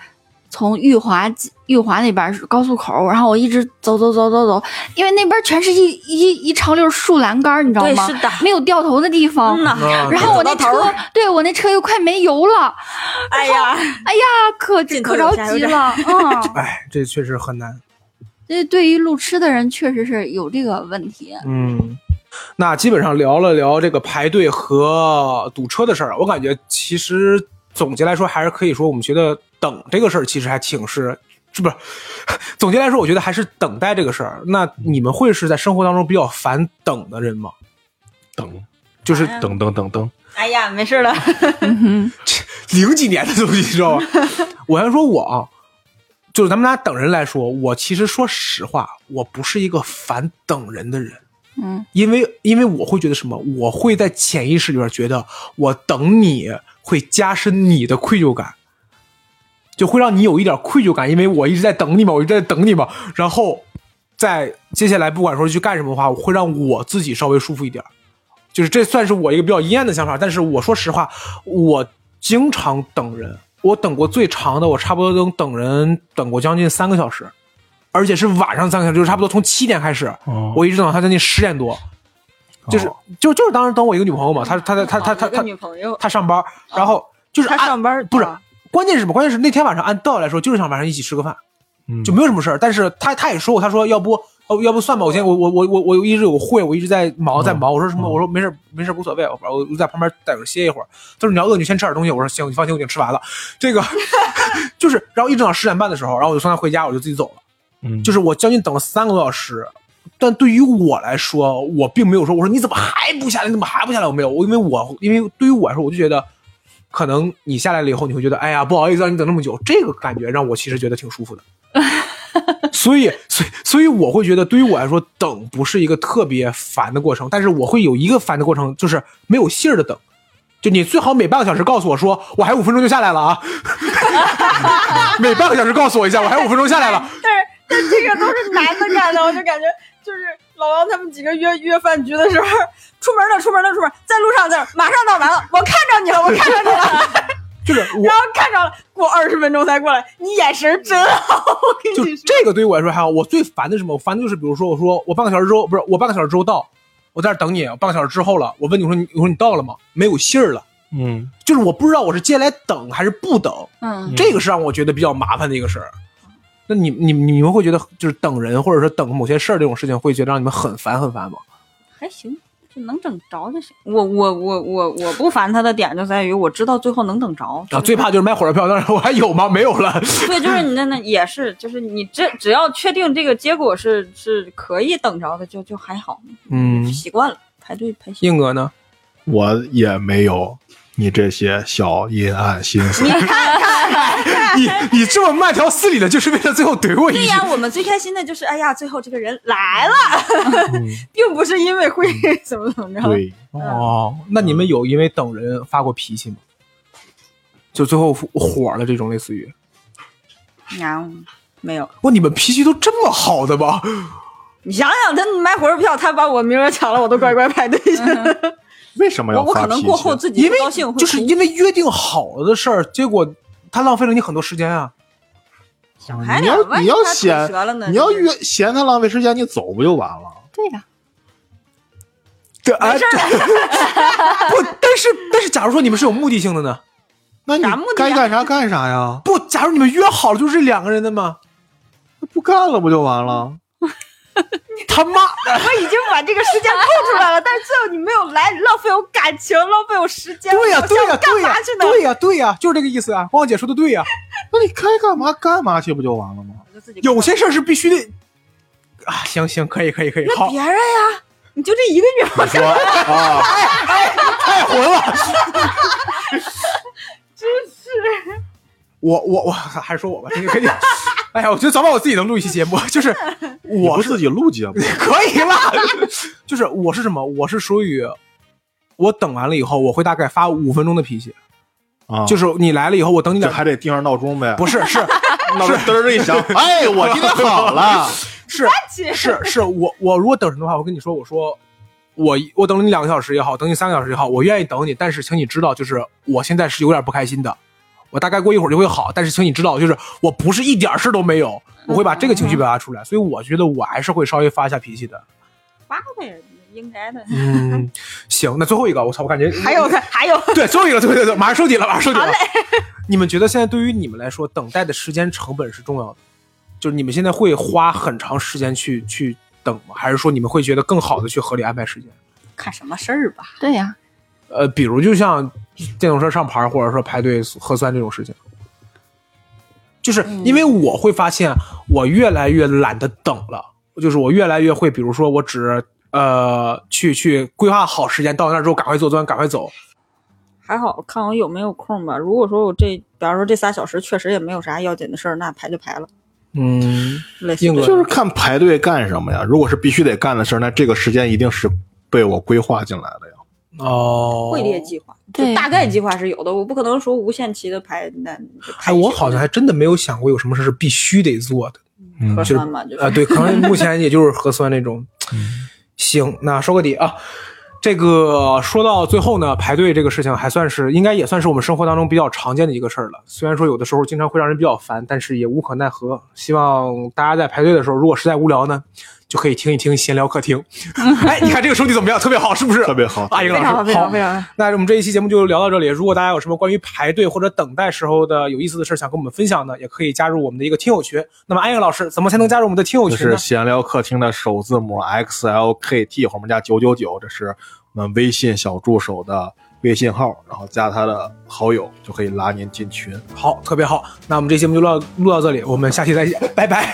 Speaker 4: 从裕华裕华那边是高速口，然后我一直走走走走走，因为那边全是一一一长溜树栏杆，你知道
Speaker 5: 对
Speaker 4: 吗
Speaker 5: 是？的，
Speaker 4: 没有掉头的地方。
Speaker 5: 嗯呐，
Speaker 1: 嗯
Speaker 4: 啊然后我那
Speaker 5: 走到头
Speaker 4: 车，对我那车又快没油了，
Speaker 5: 哎呀，
Speaker 4: 哎呀，可
Speaker 5: 劲头
Speaker 4: 可着
Speaker 5: 有下有
Speaker 4: 急
Speaker 5: 点
Speaker 4: 了，嗯，
Speaker 1: 哎，这确实很难。
Speaker 4: 这对于路痴的人确实是有这个问题，
Speaker 1: 嗯，那基本上聊了聊这个排队和堵车的事儿，我感觉其实总结来说还是可以说，我们觉得等这个事儿其实还挺是。是 不是？总结来说，我觉得还是等待这个事儿。那你们会是在生活当中比较烦等的人吗？
Speaker 2: 等
Speaker 1: 就是
Speaker 2: 等等等等，
Speaker 5: 哎呀，没事了，
Speaker 4: 嗯哼，
Speaker 1: 零几年的东西，你知 道吧？我先说我啊，就是咱们俩等人来说，我其实说实话，我不是一个烦等人的人，
Speaker 4: 嗯，
Speaker 1: 因为因为我会觉得什么，我会在潜意识里边觉得，我等你会加深你的愧疚感。就会让你有一点愧疚感，因为我一直在等你嘛，我一直在等你嘛，然后在接下来不管说去干什么的话，会让我自己稍微舒服一点。就是这算是我一个比较阴暗的想法，但是我说实话，我经常等人，我等过最长的，我差不多能等人等过将近三个小时，而且是晚上三个小时，就是差不多从七点开始，
Speaker 2: 哦
Speaker 1: 我一直等到他将近十点多，就是、
Speaker 5: 哦
Speaker 1: 就就是当时等我一个女朋友嘛，她她她她她她
Speaker 5: 一个
Speaker 1: 她
Speaker 5: 女朋友，
Speaker 1: 她上班，然后就是
Speaker 5: 哦她
Speaker 1: 按
Speaker 5: 上班
Speaker 1: 不是
Speaker 5: 啊
Speaker 1: 关键是什么？关键是那天晚上按道理来说就是想晚上一起吃个饭，
Speaker 2: 嗯
Speaker 1: 就没有什么事儿。但是他他也说过，他说要不哦，要不算吧，我今天我我我我我一直有会，我一直在忙
Speaker 5: 嗯
Speaker 1: 在忙。我说什么？我说没事儿没事儿无所谓，我我就在旁边待会儿歇一会儿。他说你要饿你先吃点东西。我说行，你放心，我已经吃完了。这个 就是，然后一直到十点半的时候，然后我就送他回家，我就自己走了。
Speaker 2: 嗯
Speaker 1: 就是我将近等了三个多小时。但对于我来说，我并没有说我说你怎么还不下来，你怎么还不下来？我没有，我因为我因为对于我来说，我就觉得可能你下来了以后，你会觉得哎呀不好意思让你等那么久，这个感觉让我其实觉得挺舒服的。所以，所以，所以我会觉得，对于我来说，等不是一个特别烦的过程，但是我会有一个烦的过程，就是没有信儿的等。就你最好每半个小时告诉我说，我还 有五分钟就下来了啊！每半个小时告诉我一下，我还有五分钟下来了。
Speaker 5: 但是
Speaker 3: 但这个都是男的干的，我就感觉就是老王他们几个约约饭局的时候，出门了，出门了，出门，在路上在那儿马上到完了，我看着你了，我看着你了，
Speaker 1: 就是 我
Speaker 3: 然后看着了，过二十分钟才过来，你眼神真好，我 跟
Speaker 1: 就
Speaker 3: 你说，
Speaker 1: 这个对于我来说还好。我最烦的是什么？我烦的就是比如说，我说我半个小时之后不是我半个小时之后到，我在这儿等你，我半个小时之后了，我问你我说你我说你到了吗？没有信儿了，
Speaker 2: 嗯，
Speaker 1: 就是我不知道我是接下来等还是不等，
Speaker 4: 嗯，
Speaker 1: 这个是让我觉得比较麻烦的一个事儿。那你你你们会觉得就是等人或者说等某些事儿这种事情，会觉得让你们很烦很烦吗？
Speaker 3: 还行。就能整着就行。我我我我我不烦他的点就在于我知道最后能整着。
Speaker 1: 啊，最怕就是卖火车票，但是我还有吗？没有了。
Speaker 3: 对，就是你那那也是，就是你这只要确定这个结果是是可以等着的，就就还好，
Speaker 1: 嗯，
Speaker 3: 习惯了排队排习
Speaker 1: 硬 哥呢？
Speaker 2: 我也没有你这些小阴暗心思。
Speaker 1: 你你这么慢条斯理的，就是为了最后怼我一
Speaker 3: 对
Speaker 1: 句
Speaker 3: 呀、。我们最开心的就是，哎呀，最后这个人来了，
Speaker 1: 嗯
Speaker 3: 并不是因为会 怎么怎么着。
Speaker 2: 对，
Speaker 1: 哦，那你们有因为等人发过脾气吗？就最后火了这种，类似于
Speaker 3: 嗯没有，
Speaker 1: 哇，你们脾气都这么好的吗？
Speaker 3: 你想想，他买火车票，他把我名额抢了，我
Speaker 1: 嗯
Speaker 3: 都乖乖排队去了。
Speaker 2: 为什么
Speaker 3: 我
Speaker 2: 要
Speaker 3: 我
Speaker 2: 发
Speaker 3: 可能
Speaker 2: 脾
Speaker 3: 过后
Speaker 2: 气？
Speaker 3: 自己
Speaker 1: 因
Speaker 3: 不
Speaker 1: 为
Speaker 3: 高兴会
Speaker 1: 就是
Speaker 3: 哭
Speaker 1: 因为约定好了的事儿，结果他浪费了你很多时间啊。
Speaker 3: 想开
Speaker 2: 你
Speaker 3: 点
Speaker 2: 要
Speaker 3: 万
Speaker 2: 你
Speaker 3: 一
Speaker 2: 要
Speaker 3: 他
Speaker 2: 嫌
Speaker 3: 腿折了呢？
Speaker 2: 你要
Speaker 3: 就是
Speaker 2: 越嫌他浪费时间，你走不就完了？
Speaker 4: 对呀、
Speaker 1: 对，啊， 不，但是但是，假如说你们是有目的性的呢？
Speaker 2: 那你
Speaker 3: 啥目的呀
Speaker 2: 该干啥干啥呀？
Speaker 1: 不，假如你们约好了就是这两个人的吗？
Speaker 2: 那不干了不就完了？
Speaker 1: 他妈的，
Speaker 3: 我已经把这个时间空出来了，但是最后你没有来，浪费我感情，浪费我时间。
Speaker 1: 对呀、
Speaker 3: 我
Speaker 1: 对
Speaker 3: 想
Speaker 1: 呀、
Speaker 3: 干
Speaker 1: 对呀、
Speaker 3: 嘛去呢？
Speaker 1: 对呀、对呀、就是这个意思啊！光姐说的对呀、
Speaker 2: 那你该干嘛干嘛去不就完了吗？
Speaker 3: 我就自己
Speaker 1: 有些事儿是必须得啊，行行，可以可以可以，好，
Speaker 3: 别人呀，你就这一个女
Speaker 2: 你
Speaker 3: 孩，
Speaker 2: 说啊，
Speaker 1: 太混了，真是。我我我还是说我吧，这个肯定。哎呀，我觉得早晚我自己能录一期节目，就是
Speaker 2: 你
Speaker 1: 我
Speaker 2: 不
Speaker 1: 是
Speaker 2: 自己录 节目，
Speaker 1: 可以了， 就是我是什么？我是属于我等完了以后，我会大概发五分钟的脾气，
Speaker 2: 啊，
Speaker 1: 就是你来了以后，我等你
Speaker 2: 这
Speaker 1: 两
Speaker 2: 还得定上闹钟呗。
Speaker 1: 不是是
Speaker 2: 脑袋嘚儿一 响，哎，我今天好了，
Speaker 1: 是 是是，我我如果等人的话，我跟你说，我说我我等你两个小时也好，等你三个小时也好，我愿意等你，但是请你知道，就是我现在是有点不开心的，我大概过一会儿就会好，但是请你知道，就是我不是一点事儿都没有，我会把这个情绪表达出来，所以我觉得我还是会稍微发一下脾气的。
Speaker 3: 发呗，应该的。
Speaker 1: 嗯，行，那最后一个，我操，我感觉
Speaker 3: 还有还有，
Speaker 1: 对，最后一个，最后一个，马上收紧了，马上收紧了。 你们觉得现在对于你们来说，等待的时间成本是重要的？就是你们现在会花很长时间去去等吗？还是说你们会觉得更好的去合理安排时间？
Speaker 3: 看什么事儿吧。
Speaker 4: 对呀、
Speaker 1: 呃，比如就像电动车上牌儿，或者说排队核酸这种事情，就是因为我会发现我越来越懒得等了，就是我越来越会，比如说我只呃去去规划好时间，到那儿之后赶快做完，赶快走。
Speaker 3: 还好看我有没有空吧。如果说我这，比方说这仨小时确实也没有啥要紧的事儿，那排就排了。
Speaker 1: 嗯，
Speaker 3: 类似
Speaker 1: 硬哥
Speaker 3: 的，
Speaker 2: 就是看排队干什么呀？如果是必须得干的事儿，那这个时间一定是被我规划进来的呀。
Speaker 1: 哦，
Speaker 3: 会列计划，
Speaker 4: 对
Speaker 3: 就大概计划是有的。我不可能说无限期的排，那就排
Speaker 1: 哎，我好像还真的没有想过有什么事是必须得做的。
Speaker 2: 嗯
Speaker 3: 核
Speaker 1: 就是
Speaker 3: 酸嘛，就是、
Speaker 1: 啊，对，可能目前也就是核酸那种。 行，那说个底啊。这个说到最后呢，排队这个事情还算是，应该也算是我们生活当中比较常见的一个事儿了。虽然说有的时候经常会让人比较烦，但是也无可奈何。希望大家在排队的时候，如果实在无聊呢，就可以听一听闲聊客厅。 哎，你看这个手底怎么样？特别好，是不是？
Speaker 2: 特别好，
Speaker 1: 啊，英老
Speaker 3: 非
Speaker 1: 师，
Speaker 3: 常好，非
Speaker 1: 好
Speaker 3: 常非常好。
Speaker 1: 那我们这一期节目就聊到这里。如果大家有什么关于排队或者等待时候的有意思的事儿想跟我们分享呢，也可以加入我们的一个听友群。那么安英老师，怎么才能加入我们的听友
Speaker 2: 就
Speaker 1: 群
Speaker 2: 是
Speaker 1: 呢？
Speaker 2: 闲聊客厅的首字母 X L K T 后面加九九九，这是我们微信小助手的微信号，然后加他的好友就可以拉您进群。
Speaker 1: 好，特别好。那我们这期节目就录到录到这里，我们下期再见，拜拜。